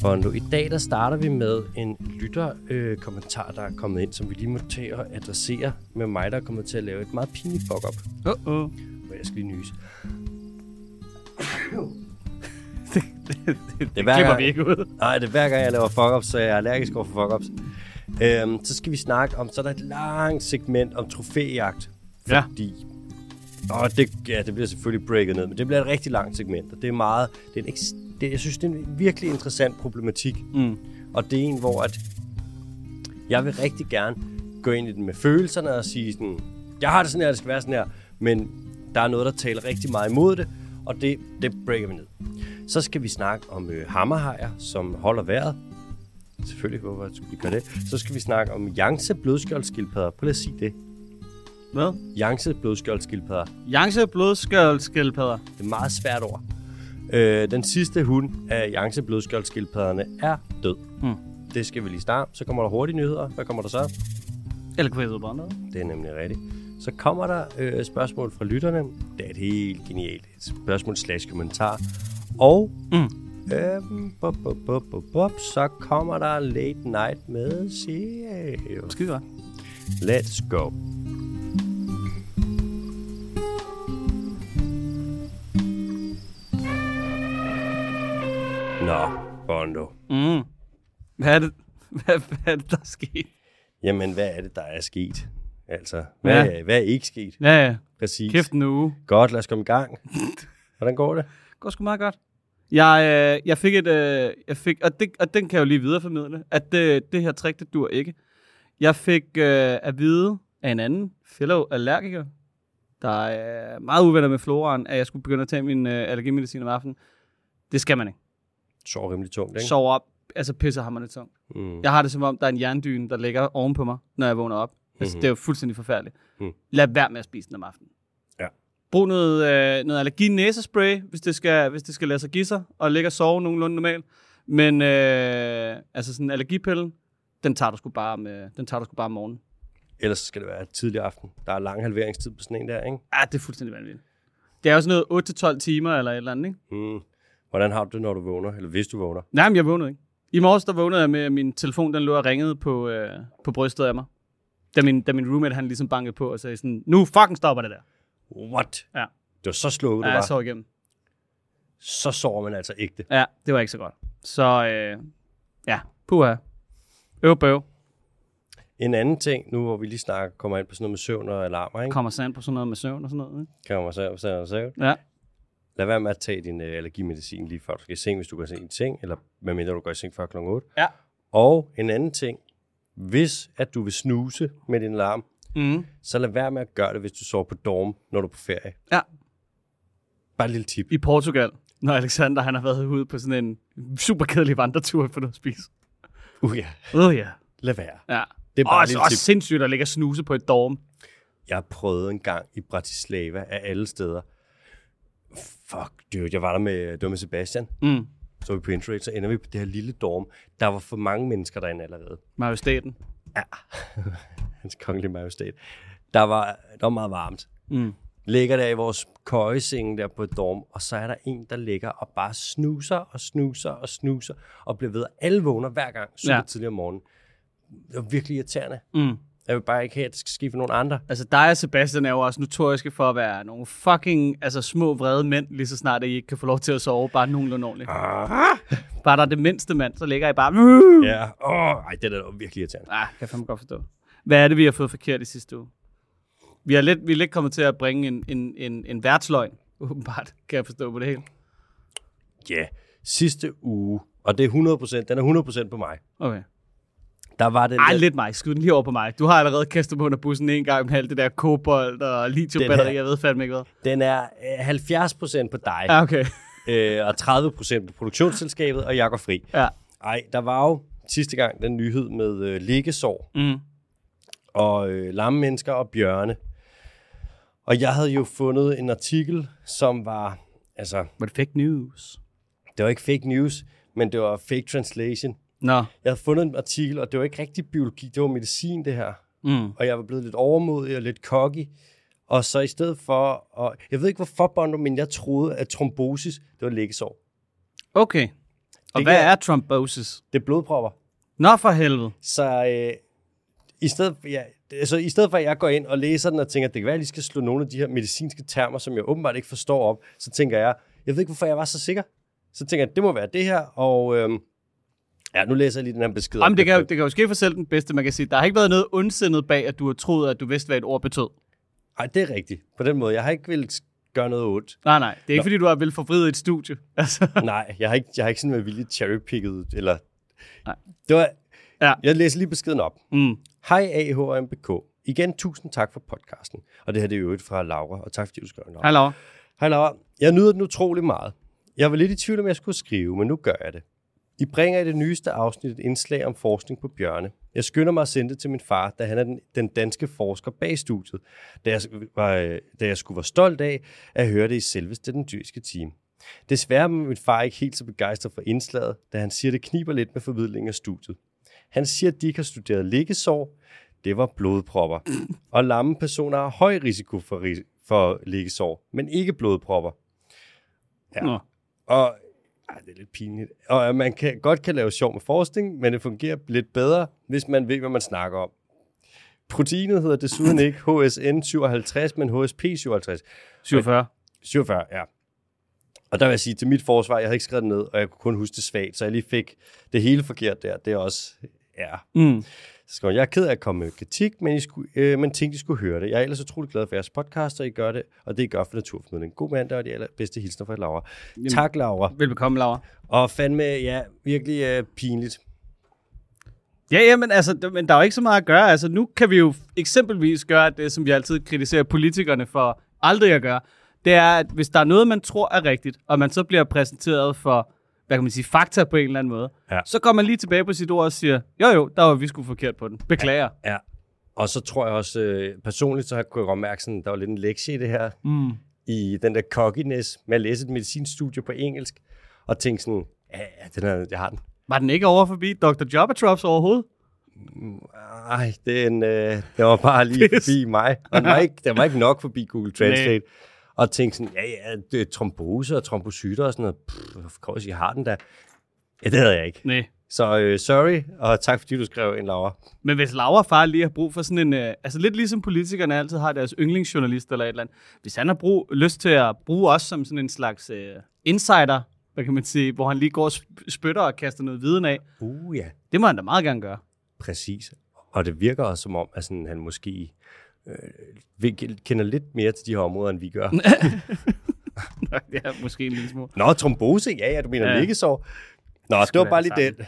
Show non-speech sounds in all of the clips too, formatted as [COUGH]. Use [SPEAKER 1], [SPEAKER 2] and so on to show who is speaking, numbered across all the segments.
[SPEAKER 1] Fondo. I dag der starter vi med en lytterkommentar, øh, kommentar, der er kommet ind, som vi lige må tage og adressere med mig, der er kommet til at lave et meget pinligt fuck-up.
[SPEAKER 2] Uh-oh.
[SPEAKER 1] Hvor jeg skal lige nyse.
[SPEAKER 2] [LAUGHS] Det, det, det, det, det
[SPEAKER 1] hver
[SPEAKER 2] klipper
[SPEAKER 1] gang.
[SPEAKER 2] vi ikke ud.
[SPEAKER 1] Nej, det er hver gang, jeg laver fuck-ups, så jeg er allergisk over for fuck-ups. Øhm, så skal vi snakke om, så er der et langt segment om trofæjagt.
[SPEAKER 2] Ja.
[SPEAKER 1] Fordi, og det, ja, det bliver selvfølgelig breaket ned, men det bliver et rigtig langt segment, og det er meget, det er en, eks- det, jeg synes, det er en virkelig interessant problematik.
[SPEAKER 2] Mm.
[SPEAKER 1] Og det er en, hvor at jeg vil rigtig gerne gå ind i den med følelserne og sige sådan, jeg har det sådan her, det skal være sådan her, men der er noget, der taler rigtig meget imod det, og det, det breaker vi ned. Så skal vi snakke om øh, hammerhajer, som holder vejret. Selvfølgelig, hvorfor skulle vi gøre det? Så skal vi snakke om Yangtze blødskjoldskildpadder. Prøv lige at sige det.
[SPEAKER 2] Hvad?
[SPEAKER 1] Yangtze blødskjoldskildpadder.
[SPEAKER 2] Yangtze blodskjoldskildpadder.
[SPEAKER 1] Det er et meget svært ord. Øh, den sidste hund af Yangtze blødskjoldskildpadderne er død.
[SPEAKER 2] Mm.
[SPEAKER 1] Det skal vi lige starte. Så kommer der hurtige nyheder. Hvad kommer der så?
[SPEAKER 2] Eller quizet bare noget.
[SPEAKER 1] Det er nemlig rigtigt. Så kommer der øh, spørgsmål fra lytterne. Det er et helt genialt spørgsmål slash kommentar. Og
[SPEAKER 2] Mm.
[SPEAKER 1] øhm, bop, bop, bop, bop, bop, så kommer der Late Night med Sirius.
[SPEAKER 2] Skide godt.
[SPEAKER 1] Let's go. Nå, Bondo.
[SPEAKER 2] Mm. Hvad er det, hvad, hvad er det der er sket?
[SPEAKER 1] Jamen, hvad er det, der er sket? Altså, hvad, ja. hvad er ikke sket?
[SPEAKER 2] Ja, ja.
[SPEAKER 1] Præcis.
[SPEAKER 2] Kæft en uge.
[SPEAKER 1] Godt, lad os komme i gang. Hvordan går det?
[SPEAKER 2] går sgu meget godt. Jeg, øh, jeg fik et, øh, jeg fik, og, det, og den kan jeg jo lige videreformidle, at det, det her trick, det dur ikke. Jeg fik øh, at vide af en anden fellow allergiker, der er meget uvenner med floraen, at jeg skulle begynde at tage min øh, allergimedicin om aftenen. Det skal man ikke.
[SPEAKER 1] Sov rimelig tungt, ikke?
[SPEAKER 2] Sov op, altså pisser hammerne tung.
[SPEAKER 1] Mm.
[SPEAKER 2] Jeg har det som om, der er en jerndyne, der ligger oven på mig, når jeg vågner op. Altså,
[SPEAKER 1] Mhm.
[SPEAKER 2] mm-hmm. det er jo fuldstændig forfærdeligt.
[SPEAKER 1] Mm.
[SPEAKER 2] Mm. Lad være med at spise den om aftenen.
[SPEAKER 1] Ja.
[SPEAKER 2] Brug noget, øh, noget allergi næsespray, hvis det, skal, hvis det skal lade sig give sig, og ligge og sove nogenlunde normalt. Men øh, altså sådan en allergipille, den tager du sgu bare om, øh, den tager du sgu bare om morgenen.
[SPEAKER 1] Ellers så skal det være tidlig aften. Der er lang halveringstid på sådan en der, ikke?
[SPEAKER 2] Ah, det er fuldstændig vanvittigt. Det er jo sådan noget 8-12 timer eller et eller andet, ikke?
[SPEAKER 1] Mm. Hvordan har du det, når du vågner? Eller hvis du vågner?
[SPEAKER 2] Nej, men jeg vågnede ikke. I morges, der vågnede jeg med, at min telefon den lå og ringede på, øh, på brystet af mig. Da min, da min roommate, han ligesom bankede på og sagde sådan, nu fucking stopper det der.
[SPEAKER 1] What?
[SPEAKER 2] Ja.
[SPEAKER 1] Det var så slukket,
[SPEAKER 2] Ja,
[SPEAKER 1] ja,
[SPEAKER 2] jeg
[SPEAKER 1] var. Så...
[SPEAKER 2] sov igennem.
[SPEAKER 1] så sover man altså ægte.
[SPEAKER 2] Ja, det var ikke så godt. Så øh, ja, puha. Øv bøv.
[SPEAKER 1] En anden ting, nu hvor vi lige snakker, kommer ind på sådan noget med søvn og alarmer, ikke?
[SPEAKER 2] Kommer sand på sådan noget med søvn og sådan noget. Ikke?
[SPEAKER 1] Kommer så, så, så.
[SPEAKER 2] Ja.
[SPEAKER 1] Lad være med at tage din øh, allergimedicin lige før du skal i seng, hvis du går i seng, eller medmindre du går i seng før kl. 8.
[SPEAKER 2] Ja.
[SPEAKER 1] Og en anden ting, hvis at du vil snuse med din alarm,
[SPEAKER 2] Mm.
[SPEAKER 1] så lad være med at gøre det, hvis du sover på dorm, når du er på ferie.
[SPEAKER 2] ja.
[SPEAKER 1] Bare et lille tip.
[SPEAKER 2] I Portugal, når Alexander han har været ude på sådan en super kedelig vandretur for noget at spise.
[SPEAKER 1] Uh, ja.
[SPEAKER 2] Åh oh, ja.
[SPEAKER 1] Lad være.
[SPEAKER 2] Ja.
[SPEAKER 1] Det er
[SPEAKER 2] Og
[SPEAKER 1] bare et
[SPEAKER 2] også,
[SPEAKER 1] lille
[SPEAKER 2] også
[SPEAKER 1] tip.
[SPEAKER 2] sindssygt at ligge og snuse på et dorm.
[SPEAKER 1] Jeg prøvede en gang i Bratislava af alle steder. Fuck, dude. Jeg var der med, det var med Sebastian.
[SPEAKER 2] Mm.
[SPEAKER 1] Så var vi på Interrail, så ender vi på det her lille dorm. Der var for mange mennesker derinde allerede. [LAUGHS]
[SPEAKER 2] Majestaten.
[SPEAKER 1] Hans kongelige majestæt. Der var, der var meget varmt.
[SPEAKER 2] Mm.
[SPEAKER 1] Ligger der i vores køjesenge der på et dorm, og så er der en, der ligger og bare snuser og snuser og snuser, og bliver ved, at alle vågner hver gang, super ja.
[SPEAKER 2] Ja.
[SPEAKER 1] tidlig om morgenen. Det var virkelig irriterende.
[SPEAKER 2] Mm.
[SPEAKER 1] Jeg vil bare ikke have, at det skal ske for nogen andre.
[SPEAKER 2] Altså dig og Sebastian er jo også notoriske for at være nogle fucking altså, små vrede mænd, lige så snart at I ikke kan få lov til at sove, bare nogenlunde ordentligt.
[SPEAKER 1] Ah!
[SPEAKER 2] Bare der er det mindste mand, så ligger I bare...
[SPEAKER 1] Ja, åh, ej, det der var virkelig irriterende.
[SPEAKER 2] Ah, kan jeg fandme godt forstå. Hvad er det, vi har fået forkert i sidste uge? Vi er lidt, vi er lidt kommet til at bringe en, en, en, en værtsløgn, åbenbart, kan jeg forstå på det hele.
[SPEAKER 1] Ja, yeah. sidste uge, og det er 100%, den er 100% på mig.
[SPEAKER 2] Okay.
[SPEAKER 1] Der var den
[SPEAKER 2] Ej,
[SPEAKER 1] der,
[SPEAKER 2] lidt mig. Skyd den lige over på mig. Du har allerede kastet mig under bussen en gang med alt det der kobolt og
[SPEAKER 1] Den
[SPEAKER 2] lithiumbatteri,
[SPEAKER 1] her-
[SPEAKER 2] jeg ved fandme ikke hvad.
[SPEAKER 1] den er øh, 70% på dig,
[SPEAKER 2] Ja, okay.
[SPEAKER 1] øh, og 30% på produktionsselskabet, og jeg går fri.
[SPEAKER 2] Ja.
[SPEAKER 1] Ej, der var jo sidste gang den nyhed med øh, liggesår
[SPEAKER 2] Mm.
[SPEAKER 1] og øh, lamme mennesker og bjørne. Og jeg havde jo fundet en artikel, som var, altså,
[SPEAKER 2] Var det fake news?
[SPEAKER 1] det var ikke fake news, men det var fake translation.
[SPEAKER 2] Nå.
[SPEAKER 1] Jeg havde fundet en artikel, og det var ikke rigtig biologi, det var medicin, det her.
[SPEAKER 2] Mm.
[SPEAKER 1] og jeg var blevet lidt overmodig og lidt cocky. Og så i stedet for, og jeg ved ikke hvorfor, Bondo, men jeg troede, at trombosis, det var lægesår.
[SPEAKER 2] Okay. Og
[SPEAKER 1] Det
[SPEAKER 2] hvad
[SPEAKER 1] kan-
[SPEAKER 2] er trombosis?
[SPEAKER 1] Det er blodpropper.
[SPEAKER 2] Nå for helvede.
[SPEAKER 1] Så øh, i, stedet, ja, altså, i stedet for, at jeg går ind og læser den og tænker, at det kan være, at jeg lige skal slå nogle af de her medicinske termer, som jeg åbenbart ikke forstår op, så tænker jeg, jeg ved ikke, hvorfor jeg var så sikker. Så tænker jeg, det må være det her, og øh, ja, nu læser jeg lige den her besked.
[SPEAKER 2] Jamen, det kan, jo- det kan jo ske for selv den bedste, man kan sige. Der har ikke været noget ondsindet bag, at du har troet, at du vidste, hvad et ord betød.
[SPEAKER 1] Ej, det er rigtigt. På den måde, jeg har ikke ville gøre noget ondt.
[SPEAKER 2] Nej, nej. Det er ikke, fordi du har vel forvridet et studie. [LAUGHS] Altså.
[SPEAKER 1] Nej, jeg har ikke, jeg har ikke sådan været vildt cherrypicket, eller...
[SPEAKER 2] Nej.
[SPEAKER 1] Det var,
[SPEAKER 2] Ja.
[SPEAKER 1] ja. Jeg læser lige beskeden op.
[SPEAKER 2] Mm.
[SPEAKER 1] Hej AHMBK. Igen, tusind tak for podcasten. Og det her det er jo et fra Laura, og tak fordi du skrev, Laura.
[SPEAKER 2] Hallo.
[SPEAKER 1] Hej Laura, jeg nyder den utrolig meget. Jeg var lidt i tvivl om, jeg skulle skrive, men nu gør jeg det. I bringer i det nyeste afsnit et indslag om forskning på bjørne. Jeg skynder mig at sende det til min far, da han er den, den danske forsker bag studiet, da jeg, var, øh, da jeg skulle være stolt af at høre det i selveste den dyrske time. Desværre er min far ikke helt så begejstret for indslaget, da han siger, det kniber lidt med formidlingen af studiet. Han siger, at de ikke har studeret liggesår. Det var blodpropper. Og lamme personer har høj risiko for, ris- for liggesår, men ikke blodpropper.
[SPEAKER 2] Ja. Nå.
[SPEAKER 1] Og ej, det er lidt pinligt. Og at man kan, godt kan lave sjov med forskning, men det fungerer lidt bedre, hvis man ved, hvad man snakker om. Proteinet hedder desuden ikke HSN57, men HSP57.
[SPEAKER 2] 47.
[SPEAKER 1] 47, ja. Og der vil jeg sige, til mit forsvar, jeg havde ikke skrevet det ned, og jeg kunne kun huske det svagt, så jeg lige fik det hele forkert der. Det er også, ja.
[SPEAKER 2] Mm.
[SPEAKER 1] Så skrev hun, jeg er ked af at komme med kritik, men, I skulle, øh, men tænkte, I skulle høre det. Jeg er ellers utrolig glad for jeres podcast, og I gør det, og det I gør for Naturformidling. God mandag, og de allerbedste hilsner fra Laura. Jamen. Tak, Laura.
[SPEAKER 2] Velbekomme, Laura.
[SPEAKER 1] Og fandme, ja, virkelig øh, pinligt.
[SPEAKER 2] Ja, jamen, altså, d- men der er jo ikke så meget at gøre. Altså, nu kan vi jo eksempelvis gøre det, som vi altid kritiserer politikerne for aldrig at gøre. Det er, at hvis der er noget, man tror er rigtigt, og man så bliver præsenteret for, hvad kan man sige, fakta på en eller anden måde,
[SPEAKER 1] Ja.
[SPEAKER 2] så går man lige tilbage på sit ord og siger, jo jo, der var vi sgu forkert på den. Beklager.
[SPEAKER 1] Ja. Og så tror jeg også, øh, personligt, så kunne jeg godt mærke, sådan, der var lidt en lektie i det her.
[SPEAKER 2] Mm.
[SPEAKER 1] i den der cockiness med at læse et medicinstudie på engelsk, og tænke sådan, ja, ja, den er, jeg har den.
[SPEAKER 2] Var den ikke over forbi Dr. Jobbatrops overhovedet?
[SPEAKER 1] Ej, den, øh, den var bare lige
[SPEAKER 2] Pis.
[SPEAKER 1] forbi mig. Og den var, ikke, den var ikke nok forbi Google Translate. Og tænke sådan, ja, ja, det er trombose og trombocyter og sådan noget. Pff, of course, jeg har den da. Ja, det havde jeg ikke.
[SPEAKER 2] Nej.
[SPEAKER 1] Så øh, sorry, og tak fordi du skrev en, Laura.
[SPEAKER 2] Men hvis Laura far lige har brug for sådan en... Øh, altså lidt ligesom politikerne altid har deres yndlingsjournalist eller et eller andet. Hvis han har brug, lyst til at bruge os som sådan en slags øh, insider, hvad kan man sige, hvor han lige går og sp- spytter og kaster noget viden af,
[SPEAKER 1] Uh, ja.
[SPEAKER 2] det må han da meget gerne gøre.
[SPEAKER 1] Præcis. Og det virker også som om, at sådan, han måske øh, kender lidt mere til de her områder, end vi
[SPEAKER 2] [LAUGHS]
[SPEAKER 1] gør.
[SPEAKER 2] [LAUGHS] ja, måske en lille smule.
[SPEAKER 1] Nå, trombose, ja, ja, du mener
[SPEAKER 2] Ja.
[SPEAKER 1] ja. liggesår. Nå, det, det var
[SPEAKER 2] være
[SPEAKER 1] bare
[SPEAKER 2] det
[SPEAKER 1] lige den.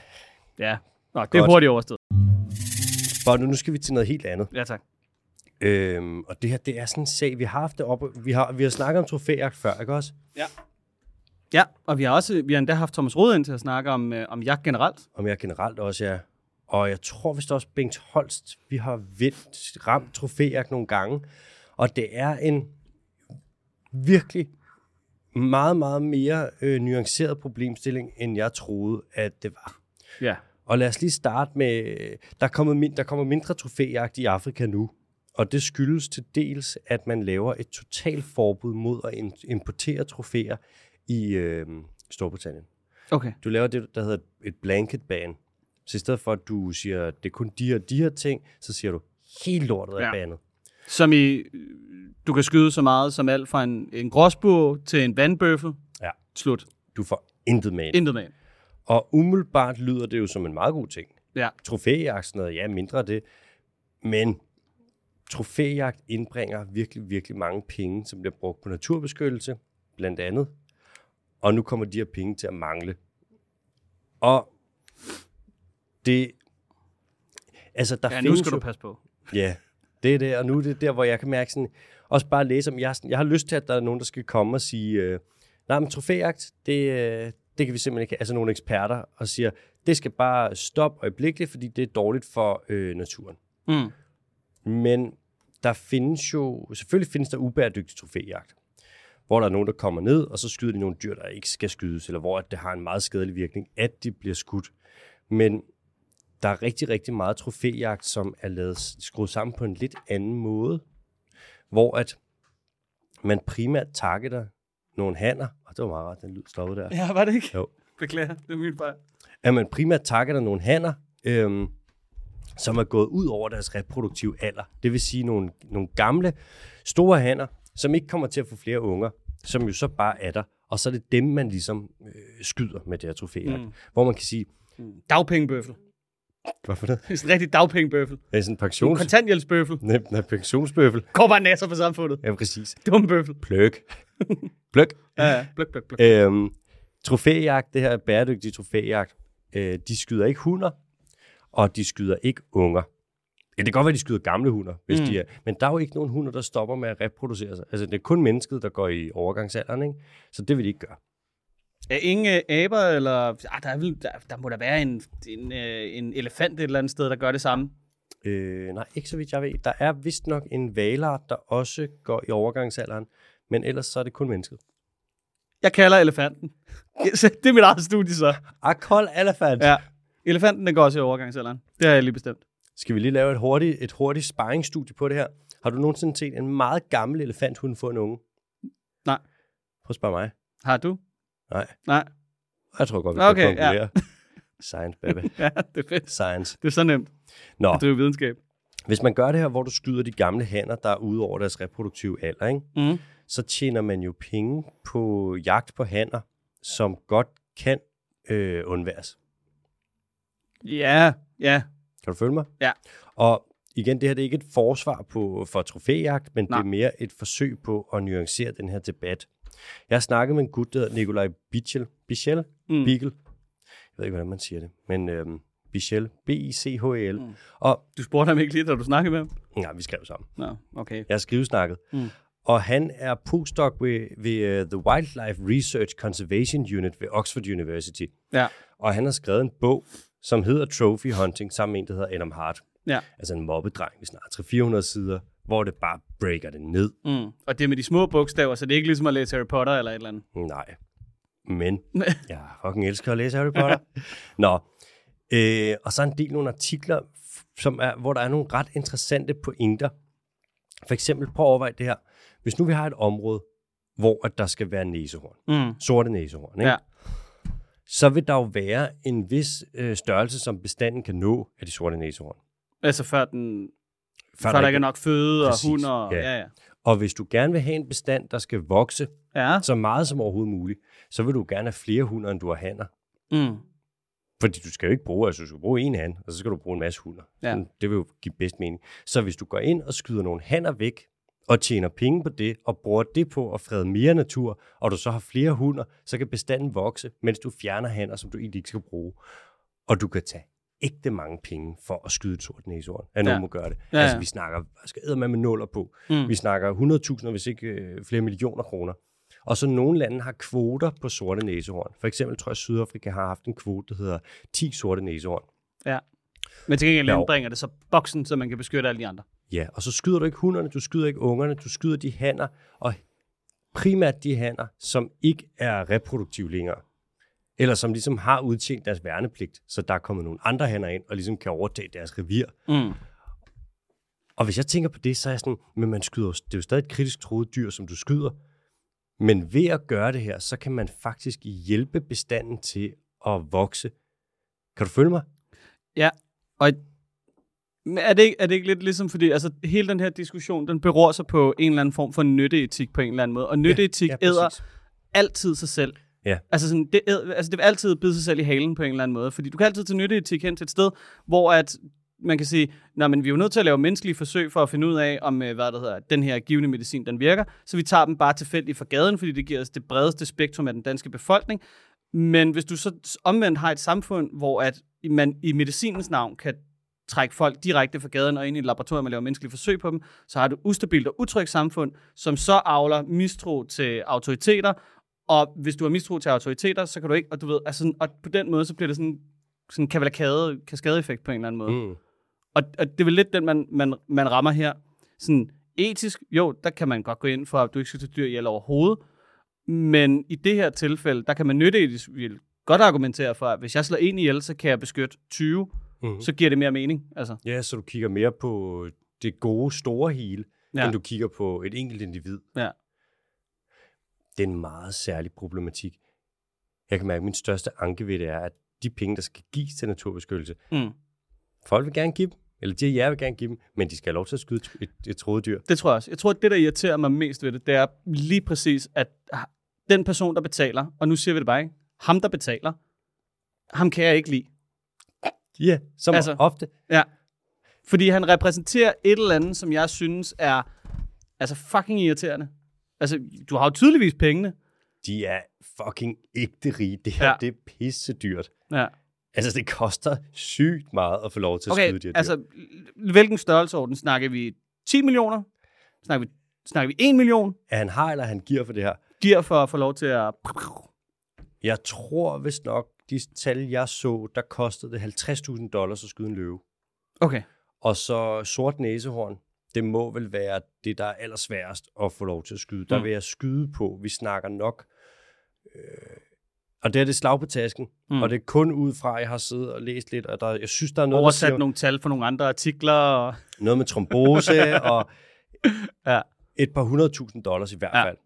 [SPEAKER 2] Ja, Nå, det er
[SPEAKER 1] Godt.
[SPEAKER 2] hurtigt overstået.
[SPEAKER 1] Bare nu, nu skal vi til noget helt andet.
[SPEAKER 2] Ja, tak.
[SPEAKER 1] Øhm, og det her, det er sådan en sag, vi har haft det op, vi har, vi har snakket om trofæjagt før, ikke også?
[SPEAKER 2] Ja, og vi har også vi har endda haft Thomas Rode ind til at snakke om, øh, om jagt generelt.
[SPEAKER 1] Om jeg generelt også er. Og jeg tror vist også, Bengt Holst, vi har vendt, ramt trofæjagt nogle gange. Og det er en virkelig meget, meget mere øh, nuanceret problemstilling, end jeg troede, at det var.
[SPEAKER 2] Ja.
[SPEAKER 1] Og lad os lige starte med, øh, der, er kommet, min- der kommer mindre trofæjagt i Afrika nu, og det skyldes til dels, at man laver et totalt forbud mod at im- importere trofæer i øh, Storbritannien.
[SPEAKER 2] Okay.
[SPEAKER 1] Du laver det, der hedder et blanket ban. Så i stedet for, at du siger, det er kun de her, de her ting, så siger du, helt lortet er
[SPEAKER 2] Ja.
[SPEAKER 1] ja. banet.
[SPEAKER 2] Som i, øh, du kan skyde så meget som alt fra en, en gråsbur til en vandbøffel.
[SPEAKER 1] Ja.
[SPEAKER 2] Slut.
[SPEAKER 1] Du får intet med. ind.
[SPEAKER 2] Intet med.
[SPEAKER 1] Og umiddelbart lyder det jo som en meget god ting.
[SPEAKER 2] Ja.
[SPEAKER 1] trofæjagt, sådan noget, ja, mindre af det. Men trofæjagt indbringer virkelig, virkelig mange penge, som bliver brugt på naturbeskyttelse, blandt andet. Og nu kommer de her penge til at mangle. Og det... Altså, der
[SPEAKER 2] Ja, nu
[SPEAKER 1] findes
[SPEAKER 2] skal
[SPEAKER 1] jo,
[SPEAKER 2] du passe på.
[SPEAKER 1] Ja, det er det, og nu er det der, hvor jeg kan mærke sådan, også bare læse om, jeg, er sådan- jeg har lyst til, at der er nogen, der skal komme og sige, øh, nej, men trofæjagt, det, øh, det kan vi simpelthen ikke, altså nogle eksperter, og siger, det skal bare stoppe øjeblikkeligt, fordi det er dårligt for øh, naturen.
[SPEAKER 2] Mm.
[SPEAKER 1] Men der findes jo, selvfølgelig findes der ubæredygtig trofæjagt, hvor der er nogen, der kommer ned, og så skyder de nogle dyr, der ikke skal skydes, eller hvor at det har en meget skadelig virkning, at de bliver skudt. Men der er rigtig, rigtig meget trofæjagt, som er lavet, skruet sammen på en lidt anden måde, hvor at man primært targeter nogle hanner, og det var meget rart, den lyd stoppede der.
[SPEAKER 2] Ja, var det ikke?
[SPEAKER 1] Jo.
[SPEAKER 2] Beklager, det er min fejl.
[SPEAKER 1] at man primært takker der nogle hanner, øhm, som er gået ud over deres reproduktive alder. Det vil sige nogle, nogle gamle, store hanner, som ikke kommer til at få flere unger, som jo så bare er der. Og så er det dem, man ligesom øh, skyder med det her trofæjagt. Mm. Hvor man kan sige,
[SPEAKER 2] Dagpengebøffel. [LAUGHS]
[SPEAKER 1] hvad for noget?
[SPEAKER 2] Det er sådan en rigtig dagpengebøffel.
[SPEAKER 1] Det er sådan en
[SPEAKER 2] En
[SPEAKER 1] pensions...
[SPEAKER 2] kontanthjælpsbøffel.
[SPEAKER 1] [LAUGHS] Nej, nej, pensionsbøffel.
[SPEAKER 2] Går bare nasser for samfundet.
[SPEAKER 1] Ja, præcis.
[SPEAKER 2] Dum bøffel.
[SPEAKER 1] Pløk. Pløk.
[SPEAKER 2] Ja, [LAUGHS] ja. Bløk, bløk, bløk.
[SPEAKER 1] Øhm, trofæjagt, det her bæredygtige trofæjagt, øh, de skyder ikke hunder, og de skyder ikke unger. Ja, det kan godt være, de skyder gamle hunder, hvis mm. de er. Men der er jo ikke nogen hunder, der stopper med at reproducere sig. Altså, det er kun mennesket, der går i overgangsalderen, ikke? Så det vil de ikke gøre.
[SPEAKER 2] Er ingen øh, aber, eller... Ah, der, er vel, der, der må der være en, en, øh, en elefant et eller andet sted, der gør det samme.
[SPEAKER 1] Øh, nej, ikke så vidt jeg ved. Der er vist nok en valart, der også går i overgangsalderen, men ellers så er det kun mennesket.
[SPEAKER 2] Jeg kalder elefanten. [LAUGHS] Det er mit eget studie, så.
[SPEAKER 1] Akol elefant!
[SPEAKER 2] Ja. Elefanten, den går også i overgangsalderen. Det har jeg lige bestemt.
[SPEAKER 1] Skal vi lige lave et hurtigt, et hurtigt sparringsstudie på det her? Har du nogensinde set en meget gammel elefanthund få en unge?
[SPEAKER 2] Nej.
[SPEAKER 1] Prøv at spørge mig.
[SPEAKER 2] Har du? [LAUGHS]
[SPEAKER 1] Nej.
[SPEAKER 2] Nej.
[SPEAKER 1] Jeg tror godt, vi
[SPEAKER 2] Okay,
[SPEAKER 1] okay, kan
[SPEAKER 2] ja.
[SPEAKER 1] konkludere. Science, baby.
[SPEAKER 2] Ja, det er fedt.
[SPEAKER 1] Science.
[SPEAKER 2] Det er så nemt.
[SPEAKER 1] Nå,
[SPEAKER 2] at drive videnskab.
[SPEAKER 1] hvis man gør det her, hvor du skyder de gamle hanner, der er ude over deres reproduktive alder, ikke?
[SPEAKER 2] Mm.
[SPEAKER 1] så tjener man jo penge på jagt på hanner, som godt kan øh, undværes.
[SPEAKER 2] Ja, ja.
[SPEAKER 1] Kan du følge mig?
[SPEAKER 2] Ja.
[SPEAKER 1] Og igen, det her det er ikke et forsvar på, for trofæjagt, men Nej.
[SPEAKER 2] Nej.
[SPEAKER 1] det er mere et forsøg på at nuancere den her debat. Jeg har snakket med en gut, der hedder Nikolaj Bichel. Bichel? Mm.
[SPEAKER 2] Mm.
[SPEAKER 1] Bichel? Jeg ved ikke, hvordan man siger det, men øhm, Bichel. B-I-C-H-E-L. Mm. Og
[SPEAKER 2] Du spurgte ham ikke lige, da du snakkede med ham?
[SPEAKER 1] Nej, vi skrev sammen.
[SPEAKER 2] Nå, okay.
[SPEAKER 1] Jeg har skrivesnakket. Mm. Og han er postdoc ved, ved uh, The Wildlife Research Conservation Unit ved Oxford University.
[SPEAKER 2] Ja,
[SPEAKER 1] Og han har skrevet en bog, som hedder Trophy Hunting, sammen med en, der hedder Adam Hart.
[SPEAKER 2] ja.
[SPEAKER 1] Altså en mobbedreng, vi snart 300-400 sider, hvor det bare breaker det ned.
[SPEAKER 2] Mm. Og det er med de små bogstaver, så det er ikke ligesom at læse Harry Potter eller et eller andet.
[SPEAKER 1] Nej.
[SPEAKER 2] [LAUGHS]
[SPEAKER 1] Men jeg fucking elsker at læse Harry Potter. Nå. Øh, og så en del nogle artikler, f- som er, hvor der er nogle ret interessante pointer. For eksempel, prøv at overveje det her. Hvis nu vi har et område, hvor at der skal være næsehorn,
[SPEAKER 2] Mm.
[SPEAKER 1] sorte næsehorn, ikke?
[SPEAKER 2] Ja.
[SPEAKER 1] så vil der jo være en vis øh, størrelse, som bestanden kan nå af de sorte næsehorn.
[SPEAKER 2] Altså før, den,
[SPEAKER 1] Før
[SPEAKER 2] før der
[SPEAKER 1] der
[SPEAKER 2] ikke er nok føde
[SPEAKER 1] Præcis,
[SPEAKER 2] og hund og...
[SPEAKER 1] ja.
[SPEAKER 2] Ja, ja.
[SPEAKER 1] Og hvis du gerne vil have en bestand, der skal vokse
[SPEAKER 2] ja.
[SPEAKER 1] så meget som overhovedet muligt, så vil du gerne have flere hunder, end du har hanner.
[SPEAKER 2] Mm.
[SPEAKER 1] Fordi du skal jo ikke bruge, altså du skal bruge en han, og så skal du bruge en masse hunder.
[SPEAKER 2] Ja.
[SPEAKER 1] Sådan, Det vil jo give bedst mening. Så hvis du går ind og skyder nogle hanner væk, og tjener penge på det, og bruger det på at frede mere natur, og du så har flere hunder, så kan bestanden vokse, mens du fjerner hanner, som du egentlig ikke skal bruge. Og du kan tage ægte mange penge for at skyde et sort næsehorn, at nogen
[SPEAKER 2] Ja.
[SPEAKER 1] må gøre det.
[SPEAKER 2] Ja,
[SPEAKER 1] Altså,
[SPEAKER 2] ja.
[SPEAKER 1] vi snakker, skal med med nuller på.
[SPEAKER 2] Mm.
[SPEAKER 1] Vi snakker 100.000, hvis ikke øh, flere millioner kroner. Og så nogle lande har kvoter på sorte næsehorn. For eksempel tror jeg, at Sydafrika har haft en kvote, der hedder 10 sorte næsehorn.
[SPEAKER 2] ja. Men til gengæld
[SPEAKER 1] Jo.
[SPEAKER 2] indbringer det så boksen, så man kan beskytte alle de andre.
[SPEAKER 1] Ja, og så skyder du ikke hunderne, du skyder ikke ungerne, du skyder de hanner, og primært de hanner, som ikke er reproduktive længere. Eller som ligesom har udtjent deres værnepligt, så der er kommet nogle andre hanner ind, og ligesom kan overtage deres revir.
[SPEAKER 2] Mm.
[SPEAKER 1] Og hvis jeg tænker på det, så er jeg sådan, men man skyder, jo- det er jo stadig et kritisk troet dyr, som du skyder. Men ved at gøre det her, så kan man faktisk hjælpe bestanden til at vokse. Kan du følge mig?
[SPEAKER 2] Ja, og men er det, ikke, er det ikke lidt ligesom, fordi altså, hele den her diskussion, den beror sig på en eller anden form for nytteetik på en eller anden måde, og nytteetik
[SPEAKER 1] ja,
[SPEAKER 2] ja,
[SPEAKER 1] præcis.
[SPEAKER 2] æder altid sig selv.
[SPEAKER 1] Ja.
[SPEAKER 2] Altså, sådan, det, æd- altså, det vil altid bide sig selv i halen på en eller anden måde, fordi du kan altid tage nytteetik hen til et sted, hvor at man kan sige, nej, men vi er jo nødt til at lave menneskelige forsøg for at finde ud af, om øh, hvad der hedder, den her givende medicin, den virker, så vi tager dem bare tilfældigt fra gaden, fordi det giver os det bredeste spektrum af den danske befolkning. Men hvis du så s- omvendt har et samfund, hvor at man i medicinens navn kan trække folk direkte fra gaden og ind i et laboratorium og lave menneskelige forsøg på dem, så har du ustabilt og utrygt samfund, som så avler mistro til autoriteter, og hvis du har mistro til autoriteter, så kan du ikke, og du ved, altså, sådan- og på den måde, så bliver det sådan, sådan en kavalkade, kaskadeeffekt på en eller anden måde. Mm.
[SPEAKER 1] Mm.
[SPEAKER 2] Og, og det er vel lidt den, man, man, man rammer her. Sådan etisk, jo, der kan man godt gå ind for, at du ikke skal tage dyr ihjel overhovedet, men i det her tilfælde, der kan man nytteetisk vil godt argumentere for, at hvis jeg slår en ihjel, så kan jeg beskytte 20,
[SPEAKER 1] Mhm.
[SPEAKER 2] mm. så giver det mere mening. Altså,
[SPEAKER 1] Ja, så du kigger mere på det gode store hele, ja.
[SPEAKER 2] Ja.
[SPEAKER 1] end du kigger på et enkelt individ.
[SPEAKER 2] ja.
[SPEAKER 1] Det er en meget særlig problematik. Jeg kan mærke, at min største anke ved det er, at de penge, der skal gives til naturbeskyttelse,
[SPEAKER 2] Mm.
[SPEAKER 1] folk vil gerne give dem, eller de og jeg vil gerne give dem, men de skal have lov til at skyde et, et trodedyr.
[SPEAKER 2] Det tror jeg også. Jeg tror, at det, der irriterer mig mest ved det, det er lige præcis, at ah, den person, der betaler, og nu siger vi det bare, ikke? ham, der betaler, ham kan jeg ikke lide.
[SPEAKER 1] Ja, som altså,
[SPEAKER 2] Altså-
[SPEAKER 1] ofte.
[SPEAKER 2] Ja. Fordi han repræsenterer et eller andet, som jeg synes er altså fucking irriterende. Altså, du har jo tydeligvis pengene.
[SPEAKER 1] De er fucking ægte rige. Det her, ja.
[SPEAKER 2] Ja.
[SPEAKER 1] det er pisse dyrt.
[SPEAKER 2] Ja.
[SPEAKER 1] Altså, det koster sygt meget at få lov til at skyde de
[SPEAKER 2] Okay,
[SPEAKER 1] her dyr.
[SPEAKER 2] altså, hvilken størrelseorden? Snakker vi 10 millioner? Snakker vi, snakker vi 1 million?
[SPEAKER 1] At han har eller han giver for det her.
[SPEAKER 2] Giver for at få lov til at...
[SPEAKER 1] Jeg tror vist nok, de tal, jeg så, der kostede det 50.000 dollars at skyde en løve.
[SPEAKER 2] Okay.
[SPEAKER 1] Og så sort næsehorn, det må vel være det, der er allersværest at få lov til at skyde. Der
[SPEAKER 2] Mm.
[SPEAKER 1] vil jeg skyde på, vi snakker nok. Øh, og det er det er slag på tasken, mm.
[SPEAKER 2] Mm.
[SPEAKER 1] og det er kun ud fra, at jeg har siddet og læst lidt, og der, jeg synes, der er noget, der
[SPEAKER 2] Oversat
[SPEAKER 1] siger,
[SPEAKER 2] nogle tal for nogle andre artikler. Og...
[SPEAKER 1] noget med
[SPEAKER 2] [LAUGHS]
[SPEAKER 1] trombose, og
[SPEAKER 2] Ja.
[SPEAKER 1] et par hundredtusind dollars i hvert
[SPEAKER 2] Ja.
[SPEAKER 1] fald.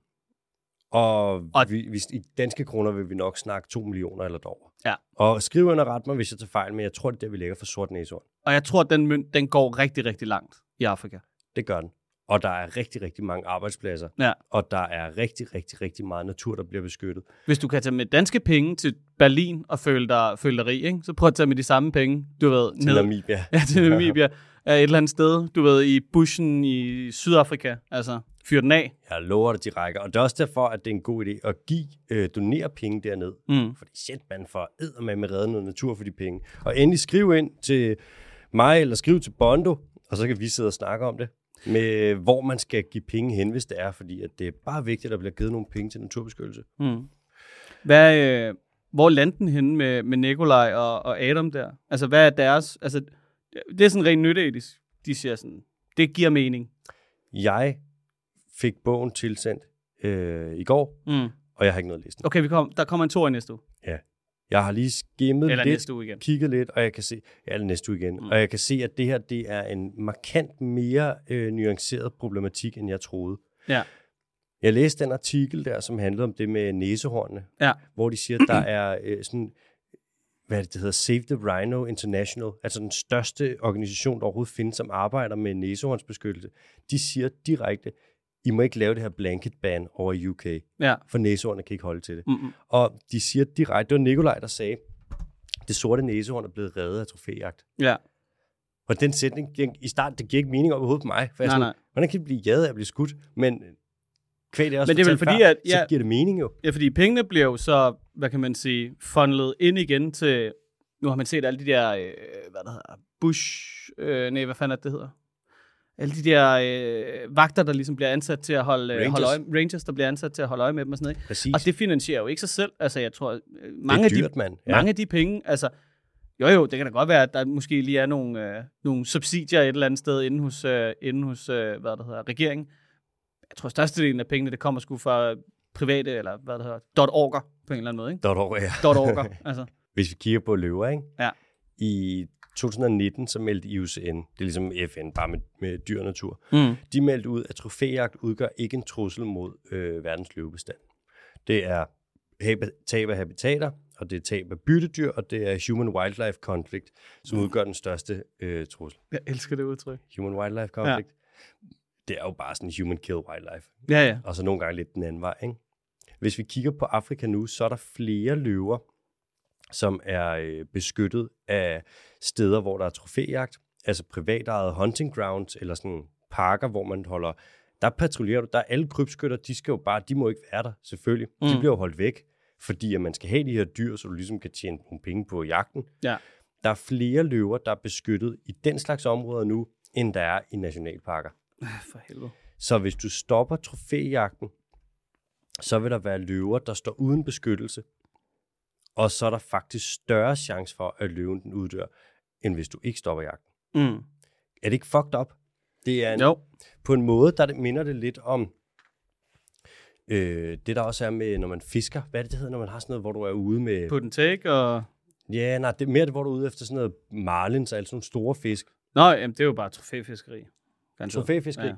[SPEAKER 1] Og, og
[SPEAKER 2] Og-
[SPEAKER 1] vi, hvis, i danske kroner vil vi nok snakke 2 millioner eller derover.
[SPEAKER 2] Ja.
[SPEAKER 1] Og skriverne ret mig, hvis jeg tager fejl, men jeg tror, det er der, vi lægger for sort næsehorn.
[SPEAKER 2] Og jeg tror, at den mønt, den går rigtig, rigtig langt i Afrika.
[SPEAKER 1] Det gør den. Og der er rigtig, rigtig mange arbejdspladser.
[SPEAKER 2] Ja.
[SPEAKER 1] Og der er rigtig, rigtig, rigtig meget natur, der bliver beskyttet.
[SPEAKER 2] Hvis du kan tage med danske penge til Berlin og føle dig, føle dig rig, ikke? så prøv at tage med de samme penge, du ved,
[SPEAKER 1] Til
[SPEAKER 2] ned
[SPEAKER 1] Namibia.
[SPEAKER 2] [LAUGHS] ja, til Namibia, er et eller andet sted, du ved, i bushen i Sydafrika. Altså, fyr den af.
[SPEAKER 1] Jeg lover dig, de rækker. Og det er også derfor, at det er en god idé at give, øh, donere penge derned.
[SPEAKER 2] Mm.
[SPEAKER 1] Fordi shit, man får eddermame med redde noget natur for de penge. Og endelig skriv ind til mig, eller skriv til Bondo, og så kan vi sidde og snakke om det. Med hvor man skal give penge hen, hvis det er. Fordi at det er bare vigtigt, at der bliver givet nogle penge til naturbeskyttelse.
[SPEAKER 2] Mm. Hvad, øh, hvor landte den henne med, med Nikolaj og, og Adam der? Altså, hvad er deres... Altså, det er sådan rent nytteetisk. De siger sådan, det giver mening.
[SPEAKER 1] Jeg fik bogen tilsendt øh, i går,
[SPEAKER 2] Mm.
[SPEAKER 1] og jeg har ikke noget at læse den.
[SPEAKER 2] Okay, vi kom, der kommer en tor i næste uge.
[SPEAKER 1] Jeg har lige skimmet
[SPEAKER 2] Eller
[SPEAKER 1] lidt,
[SPEAKER 2] næste uge igen.
[SPEAKER 1] kigget lidt, og jeg kan se, ja, eller næste uge igen, mm. og jeg kan se, at det her, det er en markant mere øh, nuanceret problematik, end jeg troede.
[SPEAKER 2] Ja.
[SPEAKER 1] Jeg læste den artikel der, som handlede om det med næsehornene,
[SPEAKER 2] Ja.
[SPEAKER 1] hvor de siger, at der er øh, sådan, hvad er det, det hedder, Save the Rhino International, altså den største organisation, der overhovedet findes, som arbejder med næsehornsbeskyttelse. De siger direkte, I må ikke lave det her blanket ban over i UK,
[SPEAKER 2] Ja. Mm,
[SPEAKER 1] for næsehornene kan ikke holde til det.
[SPEAKER 2] Mm-mm.
[SPEAKER 1] Og de siger direkte, det var Nikolaj, der sagde, det sorte næsehorn er blevet reddet af trofæjagt.
[SPEAKER 2] Ja.
[SPEAKER 1] Og den sætning, den, i starten, det giver ikke mening overhovedet på mig. For jeg er
[SPEAKER 2] Nej,
[SPEAKER 1] sådan,
[SPEAKER 2] nej.
[SPEAKER 1] Hvordan kan det blive jaget af at blive skudt? Men kvæg det også
[SPEAKER 2] Men det er
[SPEAKER 1] fortalt
[SPEAKER 2] vel fordi,
[SPEAKER 1] før,
[SPEAKER 2] at-
[SPEAKER 1] så
[SPEAKER 2] ja.
[SPEAKER 1] giver det mening jo.
[SPEAKER 2] Ja, fordi pengene bliver jo så, hvad kan man sige, fundlet ind igen til, nu har man set alle de der, øh, hvad der hedder, Bush, øh, nej, hvad fanden er det, det hedder? Alle de der øh, vagter, der ligesom bliver ansat til at holde, øh, holde
[SPEAKER 1] Rangers.
[SPEAKER 2] øje, Rangers, der bliver ansat til at holde øje med dem og sådan noget. ikke?
[SPEAKER 1] Præcis.
[SPEAKER 2] Og det finansierer jo ikke sig selv. Altså, jeg tror, øh, mange,
[SPEAKER 1] mange
[SPEAKER 2] af
[SPEAKER 1] det er
[SPEAKER 2] de,
[SPEAKER 1] dyrt, mand. Ja.
[SPEAKER 2] mange af de penge, altså, jo jo, det kan da godt være, at der måske lige er nogle, øh, nogle subsidier et eller andet sted inde hos, øh, inde hos øh, hvad der hedder, regeringen. Jeg tror, størstedelen af pengene, det kommer sgu fra private, eller hvad det hedder, dot orker, på en eller anden måde, ikke?
[SPEAKER 1] Dot over, ja.
[SPEAKER 2] Dot
[SPEAKER 1] [LAUGHS]
[SPEAKER 2] orker, altså.
[SPEAKER 1] Hvis vi kigger på løver, ikke?
[SPEAKER 2] Ja.
[SPEAKER 1] I 2019, så meldte IUCN, det er ligesom FN, bare med, med dyr og natur,
[SPEAKER 2] Mm.
[SPEAKER 1] de meldte ud, at trofæjagt udgør ikke en trussel mod øh, verdens løvebestand. Det er hab- tab af habitater, og det er tab af byttedyr, og det er human-wildlife conflict, som udgør den største øh, trussel.
[SPEAKER 2] Jeg elsker det udtryk.
[SPEAKER 1] Human-wildlife conflict, ja. det er jo bare sådan human kill wildlife,
[SPEAKER 2] Ja, ja.
[SPEAKER 1] og så nogle gange lidt den anden vej. Ikke? Hvis vi kigger på Afrika nu, så er der flere løver, som er øh, beskyttet af steder, hvor der er trofæjagt, altså privatejede hunting grounds, eller sådan parker, hvor man holder, der patruljerer du, der er alle krybskytter, de skal jo bare, de må ikke være der, selvfølgelig. Mm. De
[SPEAKER 2] Mm.
[SPEAKER 1] bliver jo holdt væk, fordi at man skal have de her dyr, så du ligesom kan tjene nogle penge på jagten.
[SPEAKER 2] Ja.
[SPEAKER 1] Der er flere løver, der er beskyttet i den slags områder nu, end der er i nationalparker.
[SPEAKER 2] Ah, For helvede.
[SPEAKER 1] Så hvis du stopper trofæjagten, så vil der være løver, der står uden beskyttelse. Og så er der faktisk større chance for, at løven den uddør, end hvis du ikke stopper jagten.
[SPEAKER 2] Mm.
[SPEAKER 1] Er det ikke fucked up? Det er en,
[SPEAKER 2] Jo.
[SPEAKER 1] på en måde, der det minder det lidt om øh, det, der også er med, når man fisker. Hvad er det, det hedder, når man har sådan noget, hvor du er ude med...
[SPEAKER 2] Put and take, og...
[SPEAKER 1] Ja, nej, det er mere det, hvor du er ude efter sådan noget marlins, altså sådan nogle store fisk.
[SPEAKER 2] Nå, jamen, det er jo bare trofæfiskeri. Garanteret.
[SPEAKER 1] Trofæfiskeri. Ja.
[SPEAKER 2] Ja.